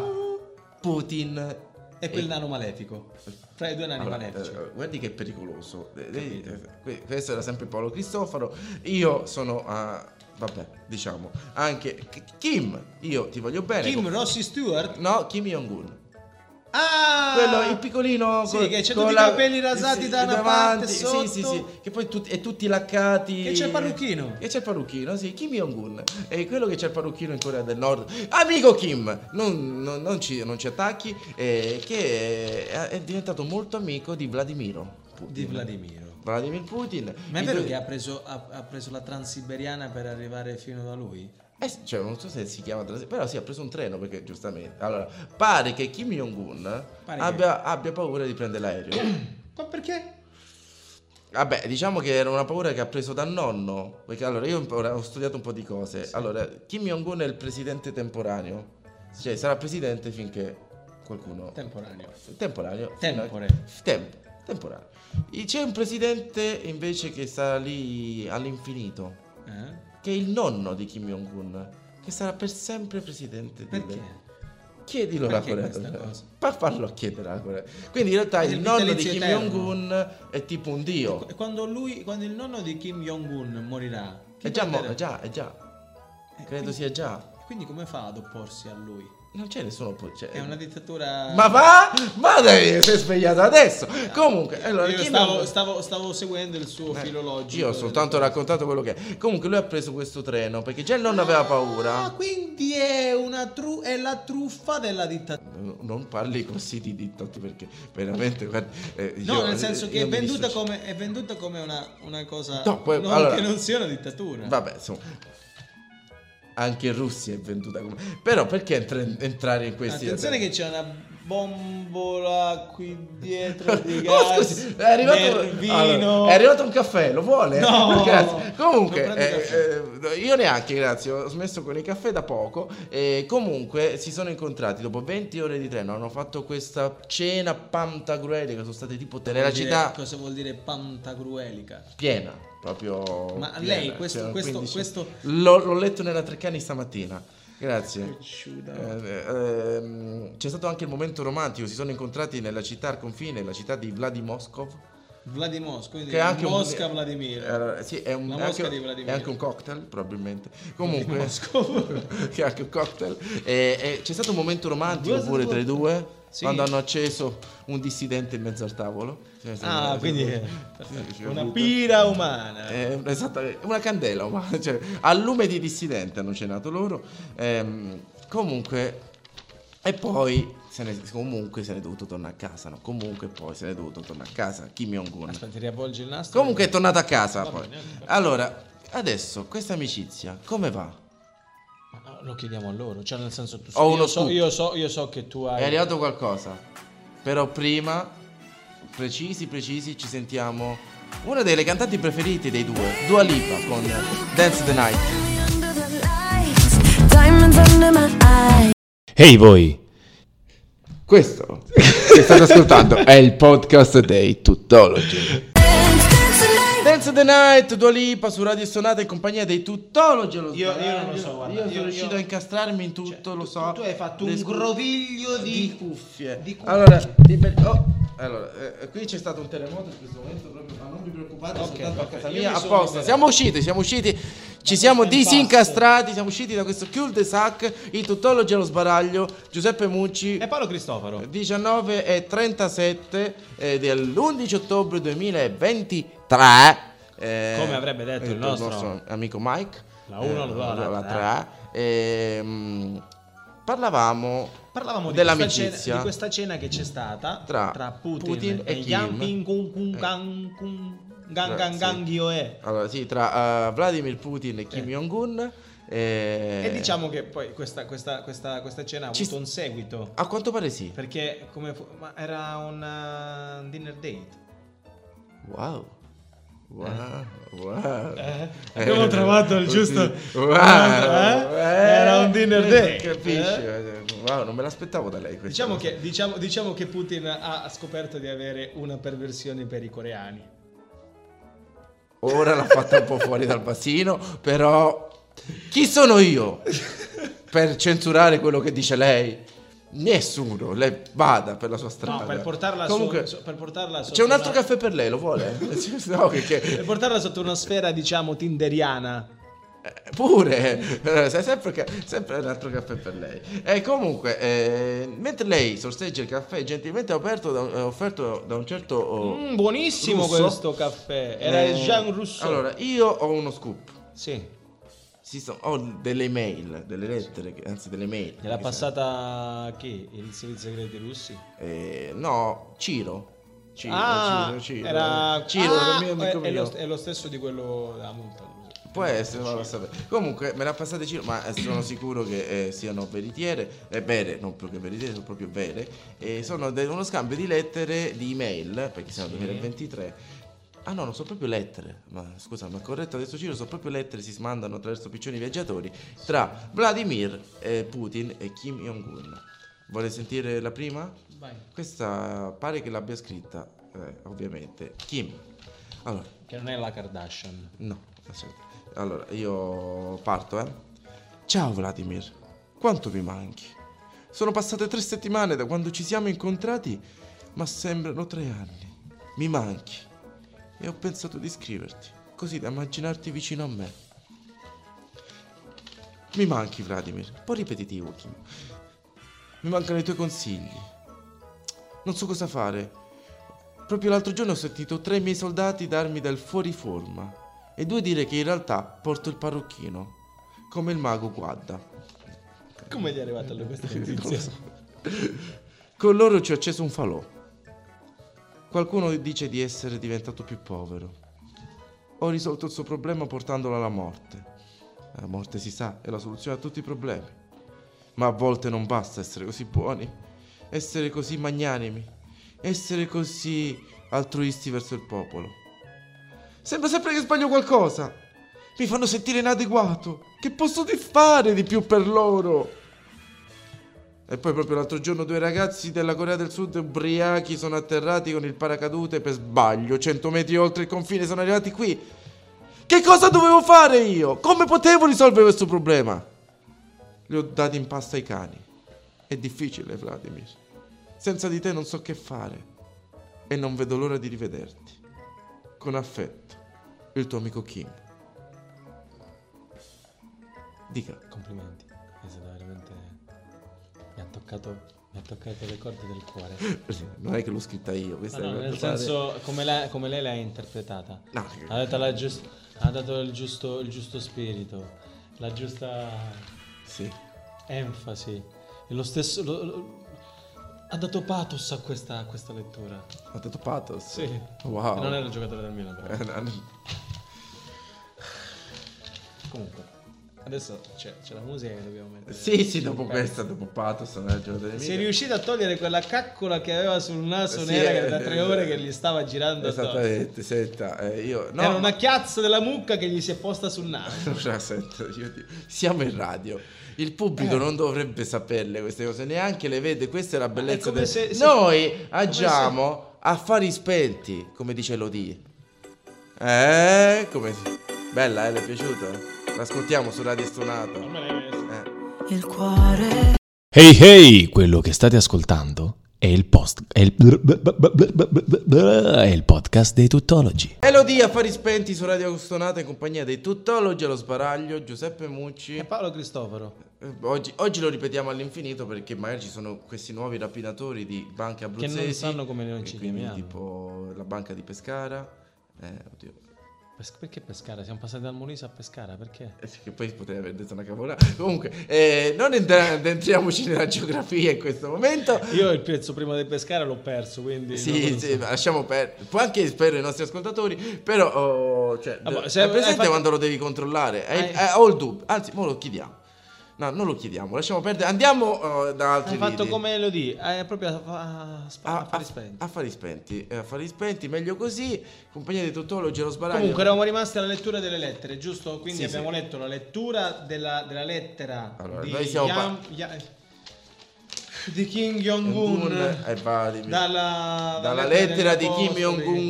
Speaker 3: Putin
Speaker 4: E quel nano malefico. Tra i due nani
Speaker 3: Allora,
Speaker 4: malefici.
Speaker 3: eh, guardi che è pericoloso. Eh, lei- eh, que- questo era sempre Paolo Cristoforo. Io sono a. vabbè, diciamo. Anche K- Kim, io ti voglio bene.
Speaker 4: Kim
Speaker 3: Com-
Speaker 4: Rossi Stewart.
Speaker 3: No, Kim Jong-un.
Speaker 4: Ah!
Speaker 3: Quello il piccolino
Speaker 4: Sì,
Speaker 3: con-
Speaker 4: che c'ha
Speaker 3: con
Speaker 4: tutti i
Speaker 3: la-
Speaker 4: capelli rasati da una parte
Speaker 3: sì,
Speaker 4: sotto.
Speaker 3: Sì, sì, sì, che poi tutti, e tutti laccati.
Speaker 4: Che c'è il parrucchino.
Speaker 3: Che c'è il parrucchino, sì, Kim Jong-un. E quello che c'è il parrucchino in Corea del Nord. Amico Kim, non, non- non ci, non ci attacchi, eh, che è, è diventato molto amico di Vladimiro. Putin.
Speaker 4: Di Vladimiro.
Speaker 3: Vladimir Putin.
Speaker 4: Ma è
Speaker 3: I
Speaker 4: vero
Speaker 3: due-
Speaker 4: che ha preso, ha- ha preso la transiberiana per arrivare fino da lui?
Speaker 3: Eh, sì, cioè, non so se si chiama trans- però si ha preso un treno perché giustamente. Allora, pare che Kim Jong-un
Speaker 4: Pare che-
Speaker 3: abbia, abbia paura di prendere l'aereo. *clears throat*
Speaker 4: Ma perché?
Speaker 3: Vabbè, diciamo che era una paura che ha preso da nonno. Perché allora io ora ho studiato un po' di cose. Allora, Kim Jong-un è il presidente temporaneo. Cioè, sarà presidente finché qualcuno.
Speaker 4: Temporaneo.
Speaker 3: temporaneo.
Speaker 4: Tempore.
Speaker 3: Tempo. Temporaneo. E C'è un presidente invece che sarà lì all'infinito.
Speaker 4: Eh?
Speaker 3: Che è il nonno di Kim Jong-un. Che sarà per sempre presidente di
Speaker 4: Perché?
Speaker 3: Chiedilo alla
Speaker 4: Perché
Speaker 3: Corea
Speaker 4: questa
Speaker 3: del Nord. *laughs*
Speaker 4: cosa?
Speaker 3: Fa- Fallo a chiedere alla Corea. Quindi in realtà il,
Speaker 4: Il
Speaker 3: nonno di
Speaker 4: vitalizio
Speaker 3: Kim
Speaker 4: eterno.
Speaker 3: Jong-un è tipo un dio.
Speaker 4: E Quando lui, quando il nonno di Kim Jong-un morirà, chi
Speaker 3: È Eh, già, mo-
Speaker 4: prenderà?
Speaker 3: è già, è già.
Speaker 4: Eh,
Speaker 3: Credo
Speaker 4: quindi-
Speaker 3: sia già.
Speaker 4: Quindi come fa ad opporsi a lui?
Speaker 3: Non c'è nessuno. po- Cioè,
Speaker 4: È una dittatura...
Speaker 3: Ma va? Ma dai, sei svegliato adesso. Comunque, allora.
Speaker 4: Io
Speaker 3: chi
Speaker 4: stavo,
Speaker 3: non-
Speaker 4: stavo, stavo seguendo il suo
Speaker 3: Eh,
Speaker 4: filologico.
Speaker 3: Io ho soltanto raccontato quello che è. Comunque, lui ha preso questo treno perché già il nonno aveva
Speaker 4: Ah,
Speaker 3: paura.
Speaker 4: quindi è, una tru- è la truffa della dittatura.
Speaker 3: No, Non parli così di dittati perché veramente. guarda, eh,
Speaker 4: No,
Speaker 3: io-
Speaker 4: nel senso che
Speaker 3: io
Speaker 4: è
Speaker 3: mi
Speaker 4: venduta,
Speaker 3: dissocio.
Speaker 4: come, è venduta come una, una cosa
Speaker 3: No, poi-
Speaker 4: non-
Speaker 3: allora-
Speaker 4: che non sia una dittatura.
Speaker 3: Vabbè, insomma. Anche in Russia è venduta come. Però perché entra- entrare in questi.
Speaker 4: Attenzione che c'è una bombola qui
Speaker 3: *laughs*
Speaker 4: dietro di
Speaker 3: *laughs* Oh,
Speaker 4: gas.
Speaker 3: scusi, è arrivato,
Speaker 4: Nervino.
Speaker 3: allora, è arrivato un caffè, lo vuole? *laughs*
Speaker 4: No!
Speaker 3: grazie. Comunque,
Speaker 4: Non prendo
Speaker 3: eh, eh, io neanche, grazie, ho smesso con i caffè da poco. E comunque si sono incontrati dopo 20 ore di treno, hanno fatto questa cena pantagruelica, sono state tipo te- nella
Speaker 4: Vuol dire-
Speaker 3: città
Speaker 4: eh, Cosa vuol dire pantagruelica?
Speaker 3: piena, proprio...
Speaker 4: Ma
Speaker 3: piena,
Speaker 4: lei, questo-
Speaker 3: c'erano
Speaker 4: questo- questo-
Speaker 3: L'ho, l'ho letto nella Treccani stamattina, grazie.
Speaker 4: Cicciuta.
Speaker 3: Eh, ehm, c'è stato anche il momento romantico, si sono incontrati nella città al confine, la città di Vladimoskov.
Speaker 4: Vladimos, quindi
Speaker 3: Che è anche un-
Speaker 4: Mosca Vladimir.
Speaker 3: Eh, sì, è un, è
Speaker 4: La mosca
Speaker 3: anche,
Speaker 4: di Vladimir.
Speaker 3: è anche un cocktail, probabilmente. Comunque,
Speaker 4: Mosca.
Speaker 3: *laughs* che è anche un cocktail. E- e c'è stato un momento romantico
Speaker 4: Due-
Speaker 3: pure tra i due.
Speaker 4: Sì.
Speaker 3: Quando hanno acceso un dissidente in mezzo al tavolo. Cioè,
Speaker 4: Ah,
Speaker 3: sì,
Speaker 4: quindi è
Speaker 3: sì,
Speaker 4: una
Speaker 3: capito.
Speaker 4: pira umana.
Speaker 3: Eh, esattamente, una candela, ma, *laughs* cioè, al lume di dissidente hanno cenato loro. Ehm, comunque, e poi se ne, comunque se ne è dovuto tornare a casa. No? Comunque, poi se ne è dovuto tornare a casa. Kim Jong-un.
Speaker 4: Aspetta, riavvolgi il nastro.
Speaker 3: Comunque è tornato a casa.
Speaker 4: Va
Speaker 3: poi.
Speaker 4: bene, ok.
Speaker 3: Allora, adesso questa amicizia come va?
Speaker 4: lo chiediamo a loro. Cioè, nel senso, tu
Speaker 3: Ho uno
Speaker 4: io, so,
Speaker 3: scoop.
Speaker 4: io, so, io so che tu hai.
Speaker 3: È arrivato qualcosa. Però prima, precisi, precisi, ci sentiamo una delle cantanti preferite dei due, Dua Lipa con Dance the Night.
Speaker 5: Under the lights, diamonds under my eyes.
Speaker 1: Ehi voi!
Speaker 3: Questo che state ascoltando è il podcast dei Tuttologi.
Speaker 5: Dance, dance the night.
Speaker 3: Dance the Night, Dua Lipa su Radio Sonata in compagnia dei Tuttologi. allo
Speaker 4: Io-
Speaker 3: sbaraglio.
Speaker 4: io non lo so, guarda,
Speaker 3: Io sono
Speaker 4: io-
Speaker 3: riuscito
Speaker 4: io-
Speaker 3: a incastrarmi in tutto,
Speaker 4: Cioè,
Speaker 3: lo
Speaker 4: tu-
Speaker 3: so.
Speaker 4: tu hai fatto un
Speaker 3: Le scu-
Speaker 4: groviglio di-
Speaker 3: cuffie. Ah.
Speaker 4: di cuffie.
Speaker 3: Allora, di be- oh, allora, eh, qui c'è stato un terremoto in questo momento proprio, ma non vi preoccupate,
Speaker 4: Ok,
Speaker 3: soltanto a
Speaker 4: ok.
Speaker 3: casa
Speaker 4: Io
Speaker 3: mia
Speaker 4: mi sono
Speaker 3: apposta.
Speaker 4: liberato.
Speaker 3: Siamo usciti, siamo usciti. Ci siamo
Speaker 4: questo impasto.
Speaker 3: disincastrati, siamo usciti da questo cul de sac, i tuttologi allo sbaraglio, Giuseppe Mucci,
Speaker 4: E Paolo
Speaker 3: Eh,
Speaker 4: Cristoforo.
Speaker 3: 19 e 37 eh, dell'11 ottobre 2023. eh,
Speaker 4: Come avrebbe detto il nostro-
Speaker 3: amico Mike, Eh,
Speaker 4: La uno, la due, la
Speaker 3: la
Speaker 4: tre.
Speaker 3: 3. ehm, parlavamo
Speaker 4: Parlavamo di questa,
Speaker 3: dell'amicizia.
Speaker 4: cena, di questa cena che c'è stata
Speaker 3: Tra
Speaker 4: Putin,
Speaker 3: Putin e
Speaker 4: e Yang
Speaker 3: Kim. Eh.
Speaker 4: Ping Kung Kung Gang Kung Gang Gang
Speaker 3: Sì.
Speaker 4: Gang Yoe.
Speaker 3: Allora, sì, tra eh, Vladimir Putin e Kim
Speaker 4: Eh.
Speaker 3: Jong-un. eh,
Speaker 4: E diciamo che poi questa, questa, questa, questa cena ha
Speaker 3: Ci
Speaker 4: avuto
Speaker 3: st-
Speaker 4: un seguito.
Speaker 3: A quanto pare sì.
Speaker 4: Perché come fu- ma era un eh, dinner date.
Speaker 3: Wow. Wow, wow.
Speaker 4: Eh, abbiamo
Speaker 3: Eh,
Speaker 4: trovato il
Speaker 3: così.
Speaker 4: giusto-
Speaker 3: Wow,
Speaker 4: Eh?
Speaker 3: eh,
Speaker 4: Era un dinner date.
Speaker 3: Capisci? Wow, non me l'aspettavo da lei. questa
Speaker 4: Diciamo
Speaker 3: cosa.
Speaker 4: che, diciamo, diciamo che Putin ha scoperto di avere una perversione per i coreani.
Speaker 3: Ora l'ha fatta un po' fuori dal bassino, però chi sono io per censurare quello che dice lei? Nessuno, lei vada per la sua strada.
Speaker 4: No, per portarla su-
Speaker 3: Comunque,
Speaker 4: su, per portarla sotto
Speaker 3: c'è un altro
Speaker 4: una-
Speaker 3: caffè per lei, lo
Speaker 4: *laughs*
Speaker 3: vuole? no,
Speaker 4: Per
Speaker 3: perché
Speaker 4: portarla sotto una sfera, diciamo, tinderiana.
Speaker 3: pure, eh, se- sempre, ca- sempre un altro caffè per lei. E comunque, eh, mentre lei sorseggia il caffè gentilmente offerto da, un- eh, offerto da un certo... oh,
Speaker 4: Mm, buonissimo
Speaker 3: Russo.
Speaker 4: questo caffè. Era
Speaker 3: eh,
Speaker 4: Jean Rousseau.
Speaker 3: Allora, io ho uno scoop.
Speaker 4: sì.
Speaker 3: Sì, so- ho delle mail, delle lettere, che- anzi delle mail.
Speaker 4: Gliel'ha
Speaker 3: che-
Speaker 4: passata chi? I servizi segreti russi?
Speaker 3: Eh, no, Ciro. Ciro,
Speaker 4: ah,
Speaker 3: Ciro, Ciro.
Speaker 4: era
Speaker 3: Ciro,
Speaker 4: Ah,
Speaker 3: era il mio amico
Speaker 4: è, è lo,
Speaker 3: mio.
Speaker 4: è lo stesso di quello della multa.
Speaker 3: Può essere, non lo sapevo. Comunque, me l'ha passata Ciro, ma eh, sono sicuro che eh, siano veritiere, eh, vere, non più che veritiere, sono proprio vere. E sono de- uno scambio di lettere, di email, perché siamo nel 2023. Ah no, non sono proprio lettere, ma scusa, ma è corretto adesso Ciro, sono proprio lettere, si mandano attraverso piccioni viaggiatori tra Vladimir eh, Putin e Kim Jong-un. Vuole sentire la prima?
Speaker 4: Vai.
Speaker 3: Questa pare che l'abbia scritta, eh, ovviamente, Kim. Allora,
Speaker 4: Che non è la Kardashian.
Speaker 3: no, aspetta. Allora, io parto, eh. Ciao Vladimir, quanto mi manchi? Sono passate tre settimane da quando ci siamo incontrati, ma sembrano tre anni. Mi manchi. E ho pensato di scriverti, così da immaginarti vicino a me. Mi manchi Vladimir, un po' ripetitivo Kim. Mi mancano i tuoi consigli. Non so cosa fare. Proprio l'altro giorno ho sentito tre miei soldati darmi del fuoriforma e due dire che in realtà porto il parrucchino, come il mago guarda.
Speaker 4: Come gli è arrivata lui
Speaker 3: *laughs*
Speaker 4: questa notizia?
Speaker 3: Con loro ci ho acceso un falò. Qualcuno dice di essere diventato più povero. Ho risolto il suo problema portandolo alla morte. La morte si sa è la soluzione a tutti i problemi. Ma a volte non basta essere così buoni, essere così magnanimi, essere così altruisti verso il popolo. Sembra sempre che sbaglio qualcosa. Mi fanno sentire inadeguato. Che posso di fare di più per loro? E poi proprio l'altro giorno due ragazzi della Corea del Sud ubriachi sono atterrati con il paracadute per sbaglio, 100 metri oltre il confine sono arrivati qui. Che cosa dovevo fare io? Come potevo risolvere questo problema? Li ho dati in pasta ai cani. È difficile, Vladimir. Senza di te non so che fare. E non vedo l'ora di rivederti. Con affetto, il tuo amico Kim. Dica.
Speaker 4: Complimenti. È stata veramente. Mi ha toccato. Mi ha toccato le corde
Speaker 3: *laughs*
Speaker 4: del cuore.
Speaker 3: Non è che l'ho scritta io, questa
Speaker 4: Ma
Speaker 3: è
Speaker 4: no,
Speaker 3: una
Speaker 4: nel
Speaker 3: frase-
Speaker 4: senso, come, lei- come lei l'ha interpretata?
Speaker 3: No.
Speaker 4: Ha, detto la giust- ha dato il giusto, il giusto spirito, la giusta
Speaker 3: Sì.
Speaker 4: enfasi. E lo stesso. lo- lo- ha dato pathos a questa, a questa lettura.
Speaker 3: Ha detto pathos.
Speaker 4: Sì.
Speaker 3: Wow.
Speaker 4: E
Speaker 3: *laughs*
Speaker 4: non era il giocatore del Milan, però.
Speaker 3: Eh, no, no.
Speaker 4: Comunque. Adesso c'è, c'è la musica che dobbiamo mettere.
Speaker 3: Sì, sì, dopo questa, dopo Patos, nella giornata delle
Speaker 4: Si è
Speaker 3: mine.
Speaker 4: riuscito a togliere quella caccola che aveva sul naso
Speaker 3: Sì,
Speaker 4: nera
Speaker 3: eh,
Speaker 4: che da tre
Speaker 3: eh,
Speaker 4: ore che gli stava girando attorno.
Speaker 3: Esattamente, senta, eh, io... No,
Speaker 4: Era una
Speaker 3: *laughs* ma-
Speaker 4: chiazza della mucca che gli si è posta sul naso.
Speaker 3: Allora, senta, io ti- Siamo in radio. Il
Speaker 4: Eh.
Speaker 3: pubblico non dovrebbe saperle queste cose, neanche le vede. Questa è la bellezza
Speaker 4: come
Speaker 3: del-
Speaker 4: se- se-
Speaker 3: Noi agiamo a affari spenti, come dice Lodì. Eh, come si- Bella, eh, le è piaciuta? L'ascoltiamo su Radio Stonata. Eh.
Speaker 5: Il cuore
Speaker 1: Hey hey, quello che state ascoltando è il post è il, è il podcast dei tuttologi.
Speaker 3: Elodie, affari spenti su Radio Stonata in compagnia dei tuttologi allo sbaraglio, Giuseppe Mucci.
Speaker 4: E Paolo Cristoforo.
Speaker 3: Eh, Oggi, oggi lo ripetiamo all'infinito perché magari ci sono questi nuovi rapinatori di banche abruzzesi
Speaker 4: sanno come noi
Speaker 3: e
Speaker 4: ci
Speaker 3: quindi
Speaker 4: chiamiamo.
Speaker 3: Tipo la banca di Pescara. Eh, oddio.
Speaker 4: Pes- Perché Pescara? Siamo passati dal Molise a Pescara, perché?
Speaker 3: Eh sì, Che poi potrei aver detto una cavolata. Comunque, eh, non entra- *laughs* entriamoci nella geografia in questo momento.
Speaker 4: Io il prezzo prima di Pescara l'ho perso, quindi... non
Speaker 3: Sì,
Speaker 4: lo so.
Speaker 3: sì, ma lasciamo perdere. Può anche spero i nostri ascoltatori, però oh, cioè,
Speaker 4: Ah, boh,
Speaker 3: d-
Speaker 4: se-
Speaker 3: è presente
Speaker 4: hai fatto-
Speaker 3: quando lo devi controllare. Hai-
Speaker 4: Hai-
Speaker 3: eh, ho il dubbio. Anzi, mo lo chiediamo. No, non lo chiediamo, lasciamo perdere. Andiamo oh, da altri
Speaker 4: Hai fatto
Speaker 3: lidi. Ah,
Speaker 4: come lo di, hai proprio a, a, a,
Speaker 3: A-
Speaker 4: a fare
Speaker 3: a-
Speaker 4: spenti.
Speaker 3: Affari spenti, eh, affari spenti, meglio così. Compagnia di tuttologi, lo sbaraglio.
Speaker 4: Comunque eravamo rimasti alla lettura delle lettere, giusto? Quindi
Speaker 3: Sì,
Speaker 4: abbiamo letto la lettura della, della lettera
Speaker 3: Allora,
Speaker 4: di,
Speaker 3: noi siamo pa-
Speaker 4: Yam- Ya- di Kim
Speaker 3: Jong-un
Speaker 4: Jong-un
Speaker 3: e Vladimir. Dalla
Speaker 4: dalla, dalla
Speaker 3: lettera di
Speaker 4: degli
Speaker 3: Kim
Speaker 4: apostoli.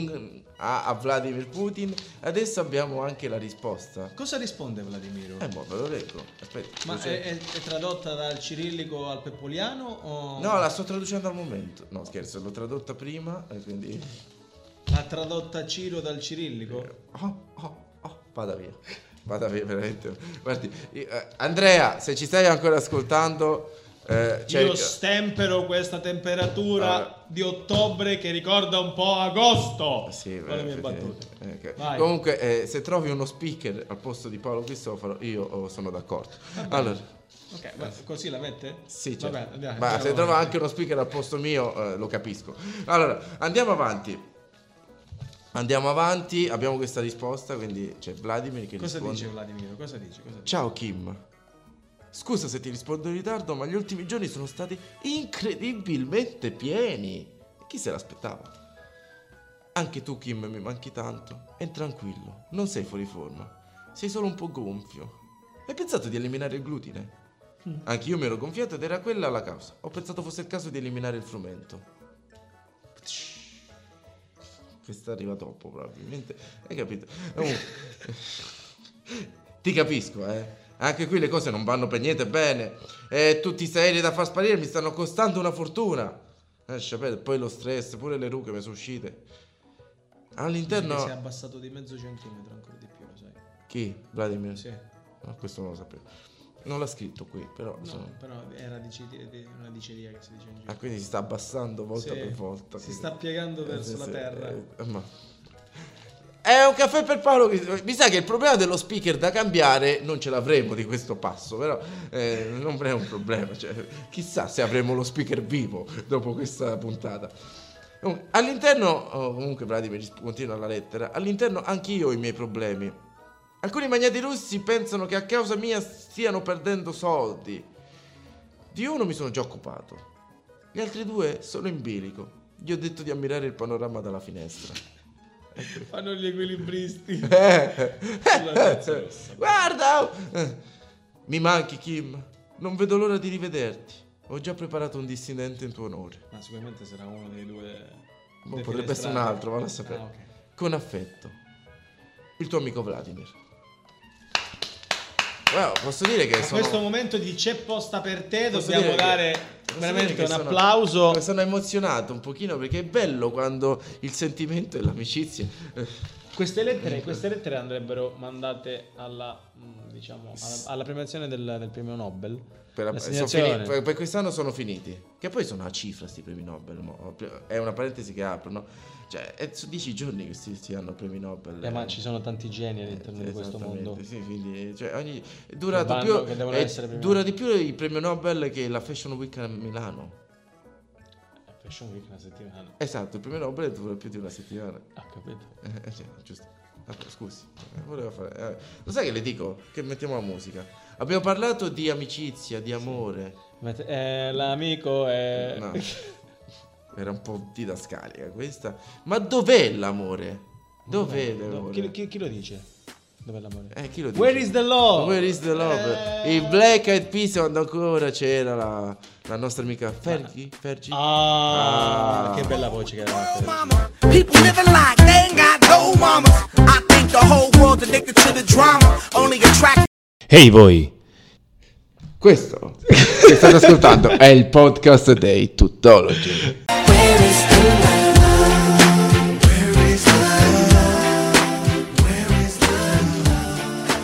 Speaker 3: Jong-un a, a Vladimir Putin. Adesso abbiamo anche la risposta.
Speaker 4: Cosa risponde Vladimiro?
Speaker 3: Eh, boh, ve lo leggo. Aspetta.
Speaker 4: Ma
Speaker 3: cos'è?
Speaker 4: è, è- è tradotta dal cirillico al pepoliano o
Speaker 3: No, la sto traducendo al momento. No, scherzo, l'ho tradotta prima e quindi...
Speaker 4: l'ha tradotta Ciro dal cirillico?
Speaker 3: Oh, oh, oh, vada via. Vada via, veramente. Guardi, io- eh, Andrea, se ci stai ancora ascoltando... eh,
Speaker 4: Io
Speaker 3: cerca-
Speaker 4: stempero questa temperatura
Speaker 3: Allora.
Speaker 4: di ottobre che ricorda un po' agosto.
Speaker 3: Eh, Sì,
Speaker 4: Con le mie
Speaker 3: effettivamente.
Speaker 4: battute.
Speaker 3: Eh, ok.
Speaker 4: Vai.
Speaker 3: Comunque, eh, se trovi uno speaker al posto di Paolo Cristoforo, io oh, sono d'accordo. Allora,
Speaker 4: Ok, ma così la mette?
Speaker 3: sì, certo.
Speaker 4: Vabbè, andiamo,
Speaker 3: ma
Speaker 4: andiamo
Speaker 3: se trova
Speaker 4: avanti.
Speaker 3: anche uno speaker al posto mio, eh, lo capisco. Allora, andiamo avanti. Andiamo avanti, abbiamo questa risposta, quindi c'è Vladimir che
Speaker 4: Cosa
Speaker 3: risponde.
Speaker 4: dice Vladimiro? Cosa dice? Cosa dice?
Speaker 3: Ciao Kim. Scusa se ti rispondo in ritardo, ma gli ultimi giorni sono stati incredibilmente pieni. Chi se l'aspettava? Anche tu, Kim, mi manchi tanto. E tranquillo, non sei fuori forma. Sei solo un po' gonfio. Hai pensato di eliminare il glutine? Anche io mi ero gonfiato ed era quella la causa. Ho pensato fosse il caso di eliminare il frumento. Questa arriva dopo, probabilmente. Hai capito? Comunque. Ti capisco, eh. Anche qui le cose non vanno per niente bene. E tutti i aerei da far sparire mi stanno costando una fortuna. Eh, sapete, poi lo stress, pure le rughe mi sono uscite. Cioè,
Speaker 4: Dice che Si è
Speaker 3: All'interno...
Speaker 4: abbassato di mezzo centimetro, ancora di più, lo sai.
Speaker 3: Chi? Vladimir?
Speaker 4: Sì.
Speaker 3: No, questo non lo sapevo. Non l'ha scritto qui, però...
Speaker 4: No,
Speaker 3: sono-
Speaker 4: però era dici- di- una diceria che si dice in giro.
Speaker 3: Ah, quindi si sta abbassando volta
Speaker 4: Sì,
Speaker 3: per volta.
Speaker 4: Si
Speaker 3: quindi-
Speaker 4: sta piegando
Speaker 3: Eh,
Speaker 4: verso
Speaker 3: sì,
Speaker 4: la
Speaker 3: sì,
Speaker 4: terra.
Speaker 3: eh, ma- È un caffè per Paolo. Mi sa che il problema dello speaker da cambiare non ce l'avremo di questo passo, però eh, non è un problema. cioè, chissà se avremo lo speaker vivo dopo questa puntata. Comunque, All'interno, oh, comunque Vladimir risp- continua la lettera, all'interno anch'io ho i miei problemi. Alcuni magnati russi pensano che a causa mia stiano perdendo soldi. Di uno mi sono già occupato. Gli altri due sono in bilico. Gli ho detto di ammirare il panorama dalla
Speaker 4: *laughs*
Speaker 3: finestra. *laughs*
Speaker 4: Fanno gli equilibristi. Sulla terza rossa.
Speaker 3: Guarda! Eh, Mi manchi, Kim. Non vedo l'ora di rivederti. Ho già preparato un dissidente in tuo onore.
Speaker 4: Ma sicuramente sarà uno dei due.
Speaker 3: Ma
Speaker 4: dei
Speaker 3: Boh, potrebbe essere un
Speaker 4: finestrati.
Speaker 3: altro, vado a sapere.
Speaker 4: Ah, ok.
Speaker 3: Con affetto. Il tuo amico Vladimir. Wow, posso dire che
Speaker 4: A
Speaker 3: sono...
Speaker 4: questo momento di c'è posta per te,
Speaker 3: Posso dire
Speaker 4: dobbiamo
Speaker 3: che-
Speaker 4: dare
Speaker 3: posso
Speaker 4: veramente
Speaker 3: dire
Speaker 4: un
Speaker 3: che sono-
Speaker 4: applauso.
Speaker 3: Sono emozionato un pochino perché è bello quando il sentimento e l'amicizia... eh,
Speaker 4: Queste lettere, queste lettere andrebbero mandate alla, mh, diciamo, alla, alla premiazione del, del premio Nobel.
Speaker 3: Per,
Speaker 4: La
Speaker 3: sono
Speaker 4: segnazione.
Speaker 3: fini- per- per quest'anno sono finiti. Che poi sono a cifra sti premi Nobel. mo. È una parentesi che aprono. Cioè, è su dieci giorni che si, si hanno premi Nobel.
Speaker 4: Eh, ma
Speaker 3: Eh,
Speaker 4: ci sono tanti geni all'interno
Speaker 3: eh,
Speaker 4: di questo
Speaker 3: esattamente,
Speaker 4: mondo.
Speaker 3: Sì, quindi, cioè, ogni- è durato
Speaker 4: vanno,
Speaker 3: più-
Speaker 4: che devono
Speaker 3: è-
Speaker 4: essere premi
Speaker 3: dura
Speaker 4: Nobel.
Speaker 3: di più il premio Nobel che la Fashion Week a Milano.
Speaker 4: Fashion Week Eh, una settimana.
Speaker 3: Esatto, il premio Nobel dura più di una settimana.
Speaker 4: Ah, capito.
Speaker 3: Eh, eh, cioè, giusto. Ok, scusi, eh, volevo fare. eh, lo sai che le dico? Che mettiamo la musica. Abbiamo parlato di amicizia, di amore.
Speaker 4: Ma te- eh, l'amico è... *laughs*
Speaker 3: No. Era un po' didascalica questa. Ma dov'è l'amore? Dov'è
Speaker 4: No,
Speaker 3: l'amore?
Speaker 4: chi, chi- chi lo dice? Dov'è l'amore?
Speaker 3: Eh, chi lo dice?
Speaker 4: Where is the love?
Speaker 3: Where is the love?
Speaker 4: Eh.
Speaker 3: In Black Eyed Peas quando ancora c'era la, la nostra amica Fergie. Fergie.
Speaker 4: Ah,
Speaker 3: Ah. Oh,
Speaker 4: che bella voce che aveva.
Speaker 7: People living like they ain't got no mamas. I think the whole world addicted to the drama. Only attracted.
Speaker 1: Ehi voi,
Speaker 3: Questo che state ascoltando è il podcast dei Tutology.
Speaker 5: Where is the love?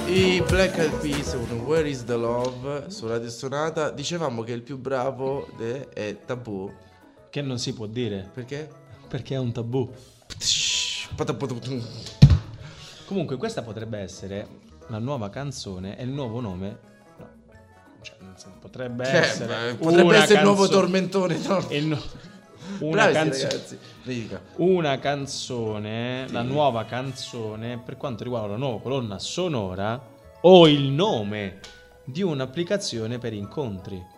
Speaker 3: I Black Eyed Peas con Where is the Love su Radio Sonata dicevamo che il più bravo de- è Tabù
Speaker 4: Che non si può dire,
Speaker 3: perché?
Speaker 4: perché è un tabù.
Speaker 3: Patapotum.
Speaker 4: Comunque, questa potrebbe essere la nuova canzone e il nuovo nome. no, cioè, nel senso, potrebbe
Speaker 3: Cioè,
Speaker 4: essere.
Speaker 3: beh, potrebbe
Speaker 4: una
Speaker 3: essere il nuovo
Speaker 4: canzo-
Speaker 3: tormentone no?
Speaker 4: il nu- una,
Speaker 3: *laughs* Bravi,
Speaker 4: canzo-
Speaker 3: ragazzi. Dai, dica.
Speaker 4: una canzone, la nuova canzone, per quanto riguarda la nuova colonna sonora, o il nome di un'applicazione per incontri.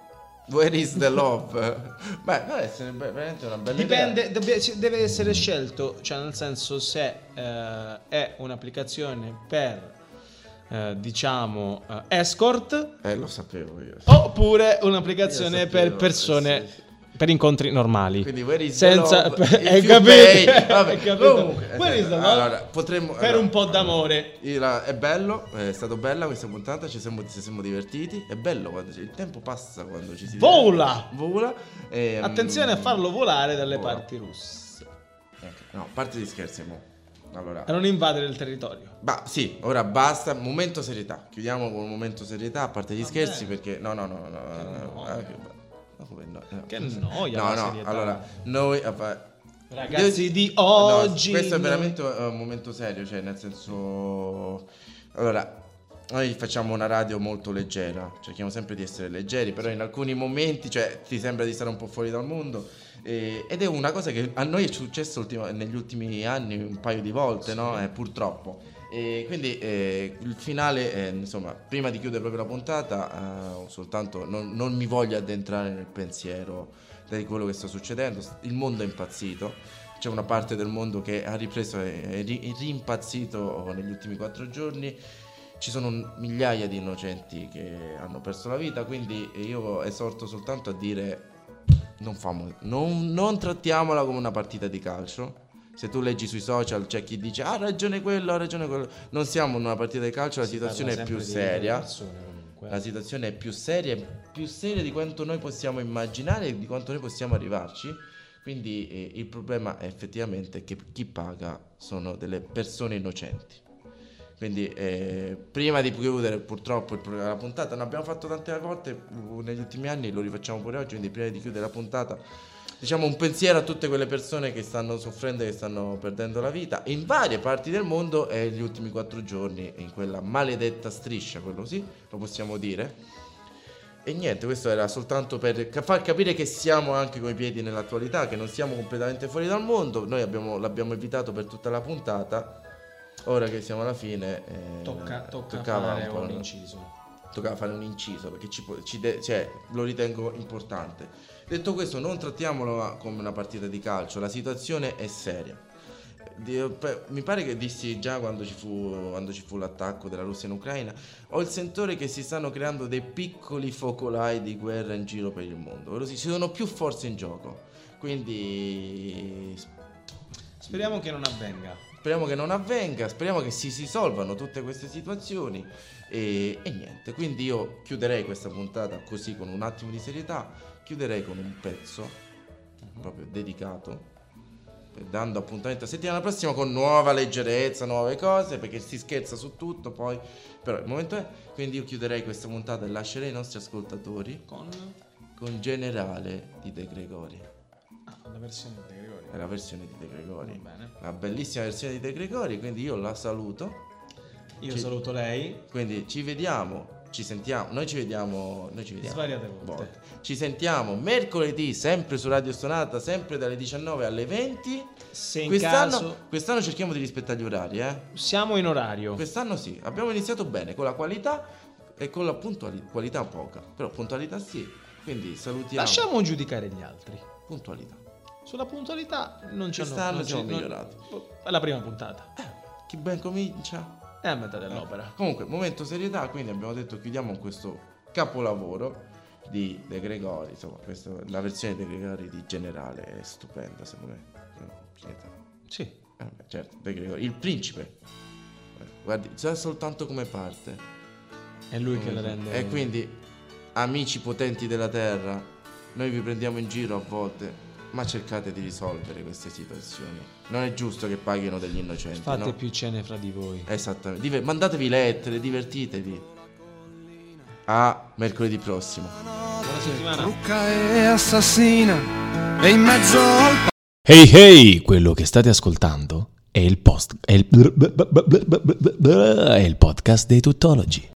Speaker 3: Where is the love? Beh, può essere be- veramente una bella idea.
Speaker 4: Dipende, deve, si- deve essere scelto, cioè nel senso se eh, è un'applicazione per, eh, diciamo, eh, escort
Speaker 3: Eh, lo sapevo io.
Speaker 4: oppure
Speaker 3: Io
Speaker 4: un'applicazione
Speaker 3: sapevo,
Speaker 4: per persone,
Speaker 3: eh, sì,
Speaker 4: per incontri normali.
Speaker 3: Quindi where is
Speaker 4: Senza, *laughs*
Speaker 3: the love?
Speaker 4: hai
Speaker 3: If you
Speaker 4: capito?
Speaker 3: pay- Vabbè,
Speaker 4: *laughs* Hai capito?
Speaker 3: comunque, esatto.
Speaker 4: Where is the love?
Speaker 3: allora, potremmo-
Speaker 4: per
Speaker 3: allora,
Speaker 4: un po' d'amore.
Speaker 3: Io la- È bello, è stata bella questa puntata, ci siamo, ci siamo divertiti. È bello quando ci- il tempo passa quando ci si
Speaker 4: Vola!
Speaker 3: Vola. e, mm,
Speaker 4: Attenzione a farlo volare dalle
Speaker 3: vola.
Speaker 4: parti russe.
Speaker 3: No, a parte gli scherzi, mo. Allora.
Speaker 4: A non invadere il territorio.
Speaker 3: Ma sì, ora basta, momento serietà. Chiudiamo con un momento serietà, a parte gli scherzi, perché no, no, no, no, no, no, no,
Speaker 4: noia.
Speaker 3: eh, che ba- no, come no, no.
Speaker 4: Che noia
Speaker 3: No,
Speaker 4: la
Speaker 3: no,
Speaker 4: serietà.
Speaker 3: allora, noi eh, fa-
Speaker 4: Ragazzi
Speaker 3: Devo-
Speaker 4: di
Speaker 3: no,
Speaker 4: oggi,
Speaker 3: questo è
Speaker 4: noi-
Speaker 3: veramente eh, un momento serio, cioè nel senso Allora, noi facciamo una radio molto leggera, cerchiamo sempre di essere leggeri, però in alcuni momenti, cioè, ti sembra di stare un po' fuori dal mondo. eh, ed è una cosa che a noi è successo ultima- negli ultimi anni un paio di volte, no? Eh, purtroppo. E quindi eh, il finale, eh, insomma, prima di chiudere proprio la puntata, eh, soltanto non, non mi voglio addentrare nel pensiero di quello che sta succedendo. Il mondo è impazzito. C'è una parte del mondo che ha ripreso e è ri- è rimpazzito negli ultimi quattro giorni. Ci sono migliaia di innocenti che hanno perso la vita, quindi io esorto soltanto a dire non, famo- non- non trattiamola come una partita di calcio. Se tu leggi sui social c'è chi dice "Ah, ha ragione quello, ha ragione quello. Non siamo in una partita di calcio, la situazione è
Speaker 4: Parla
Speaker 3: più
Speaker 4: sempre di
Speaker 3: seria.
Speaker 4: persone, comunque.
Speaker 3: La situazione è più seria, più seria di quanto noi possiamo immaginare e di quanto noi possiamo arrivarci. Quindi eh, il problema è effettivamente che chi paga sono delle persone innocenti. Quindi eh, prima di chiudere purtroppo il pro- la puntata, ne abbiamo fatto tante volte uh, negli ultimi anni, lo rifacciamo pure oggi, quindi prima di chiudere la puntata diciamo un pensiero a tutte quelle persone che stanno soffrendo e che stanno perdendo la vita in varie parti del mondo e negli ultimi quattro giorni in quella maledetta striscia, quello sì, lo possiamo dire. E niente, questo era soltanto per ca- far capire che siamo anche coi piedi nell'attualità, che non siamo completamente fuori dal mondo, noi abbiamo- l'abbiamo evitato per tutta la puntata. Ora che siamo alla fine, eh,
Speaker 4: Tocca, tocca
Speaker 3: toccava
Speaker 4: fare
Speaker 3: un po',
Speaker 4: un
Speaker 3: no?
Speaker 4: inciso.
Speaker 3: toccava fare un inciso perché ci po- ci de- cioè, lo ritengo importante. Detto questo, non trattiamolo come una partita di calcio, la situazione è seria. Di- pe- mi pare che dissi già quando ci, fu, quando ci fu l'attacco della Russia in Ucraina, ho il sentore che si stanno creando dei piccoli focolai di guerra in giro per il mondo, ovvero sì, ci sono più forze in gioco, quindi
Speaker 4: Speriamo che non avvenga.
Speaker 3: Speriamo che non avvenga, speriamo che si risolvano tutte queste situazioni e, e niente, quindi io chiuderei questa puntata così con un attimo di serietà, chiuderei con un pezzo proprio dedicato, eh, dando appuntamento a settimana prossima con nuova leggerezza, nuove cose, perché si scherza su tutto poi, però il momento è, quindi io chiuderei questa puntata e lascerei i nostri ascoltatori
Speaker 4: Con
Speaker 3: con Generale di De Gregori,
Speaker 4: ah, la versione di Gregori.
Speaker 3: è la versione di De Gregori,
Speaker 4: Bene.
Speaker 3: una bellissima versione di De Gregori, quindi io la saluto.
Speaker 4: Io
Speaker 3: Ci-
Speaker 4: saluto lei.
Speaker 3: Quindi ci vediamo Ci sentiamo, noi ci vediamo, noi ci vediamo.
Speaker 4: Svariate volte.
Speaker 3: Ci sentiamo mercoledì, sempre su Radio Stonata, sempre dalle 19 alle 20.
Speaker 4: Se in
Speaker 3: quest'anno,
Speaker 4: caso-
Speaker 3: quest'anno cerchiamo di rispettare gli orari, eh.
Speaker 4: Siamo in orario.
Speaker 3: Quest'anno sì, abbiamo iniziato bene con la qualità e con la puntualità, qualità poca, però puntualità sì. Quindi salutiamo
Speaker 4: Lasciamo giudicare gli altri.
Speaker 3: puntualità.
Speaker 4: Sulla puntualità non ci
Speaker 3: Quest'anno
Speaker 4: hanno
Speaker 3: siamo
Speaker 4: non-
Speaker 3: migliorati.
Speaker 4: boh, È la prima puntata.
Speaker 3: Chi ben comincia
Speaker 4: È a metà dell'opera.
Speaker 3: Comunque, momento serietà, quindi abbiamo detto chiudiamo con questo capolavoro di De Gregori, insomma, questo- la versione di De Gregori di generale è stupenda, secondo me. No, pietà.
Speaker 4: Sì.
Speaker 3: Eh, beh, certo, De Gregori, il principe. Eh, Guardi, già soltanto come parte.
Speaker 4: È lui che la rende.
Speaker 3: E quindi, amici potenti della terra, noi vi prendiamo in giro a volte, ma cercate di risolvere queste situazioni. Non è giusto che paghino degli innocenti,
Speaker 4: Fate
Speaker 3: no?
Speaker 4: più cene fra di voi.
Speaker 3: Esattamente. Diver- mandatevi lettere, divertitevi. A mercoledì prossimo.
Speaker 4: Buona settimana.
Speaker 8: e assassina e in mezzo al
Speaker 1: Hey hey, quello che state ascoltando è il post è il, è il podcast dei tuttologi.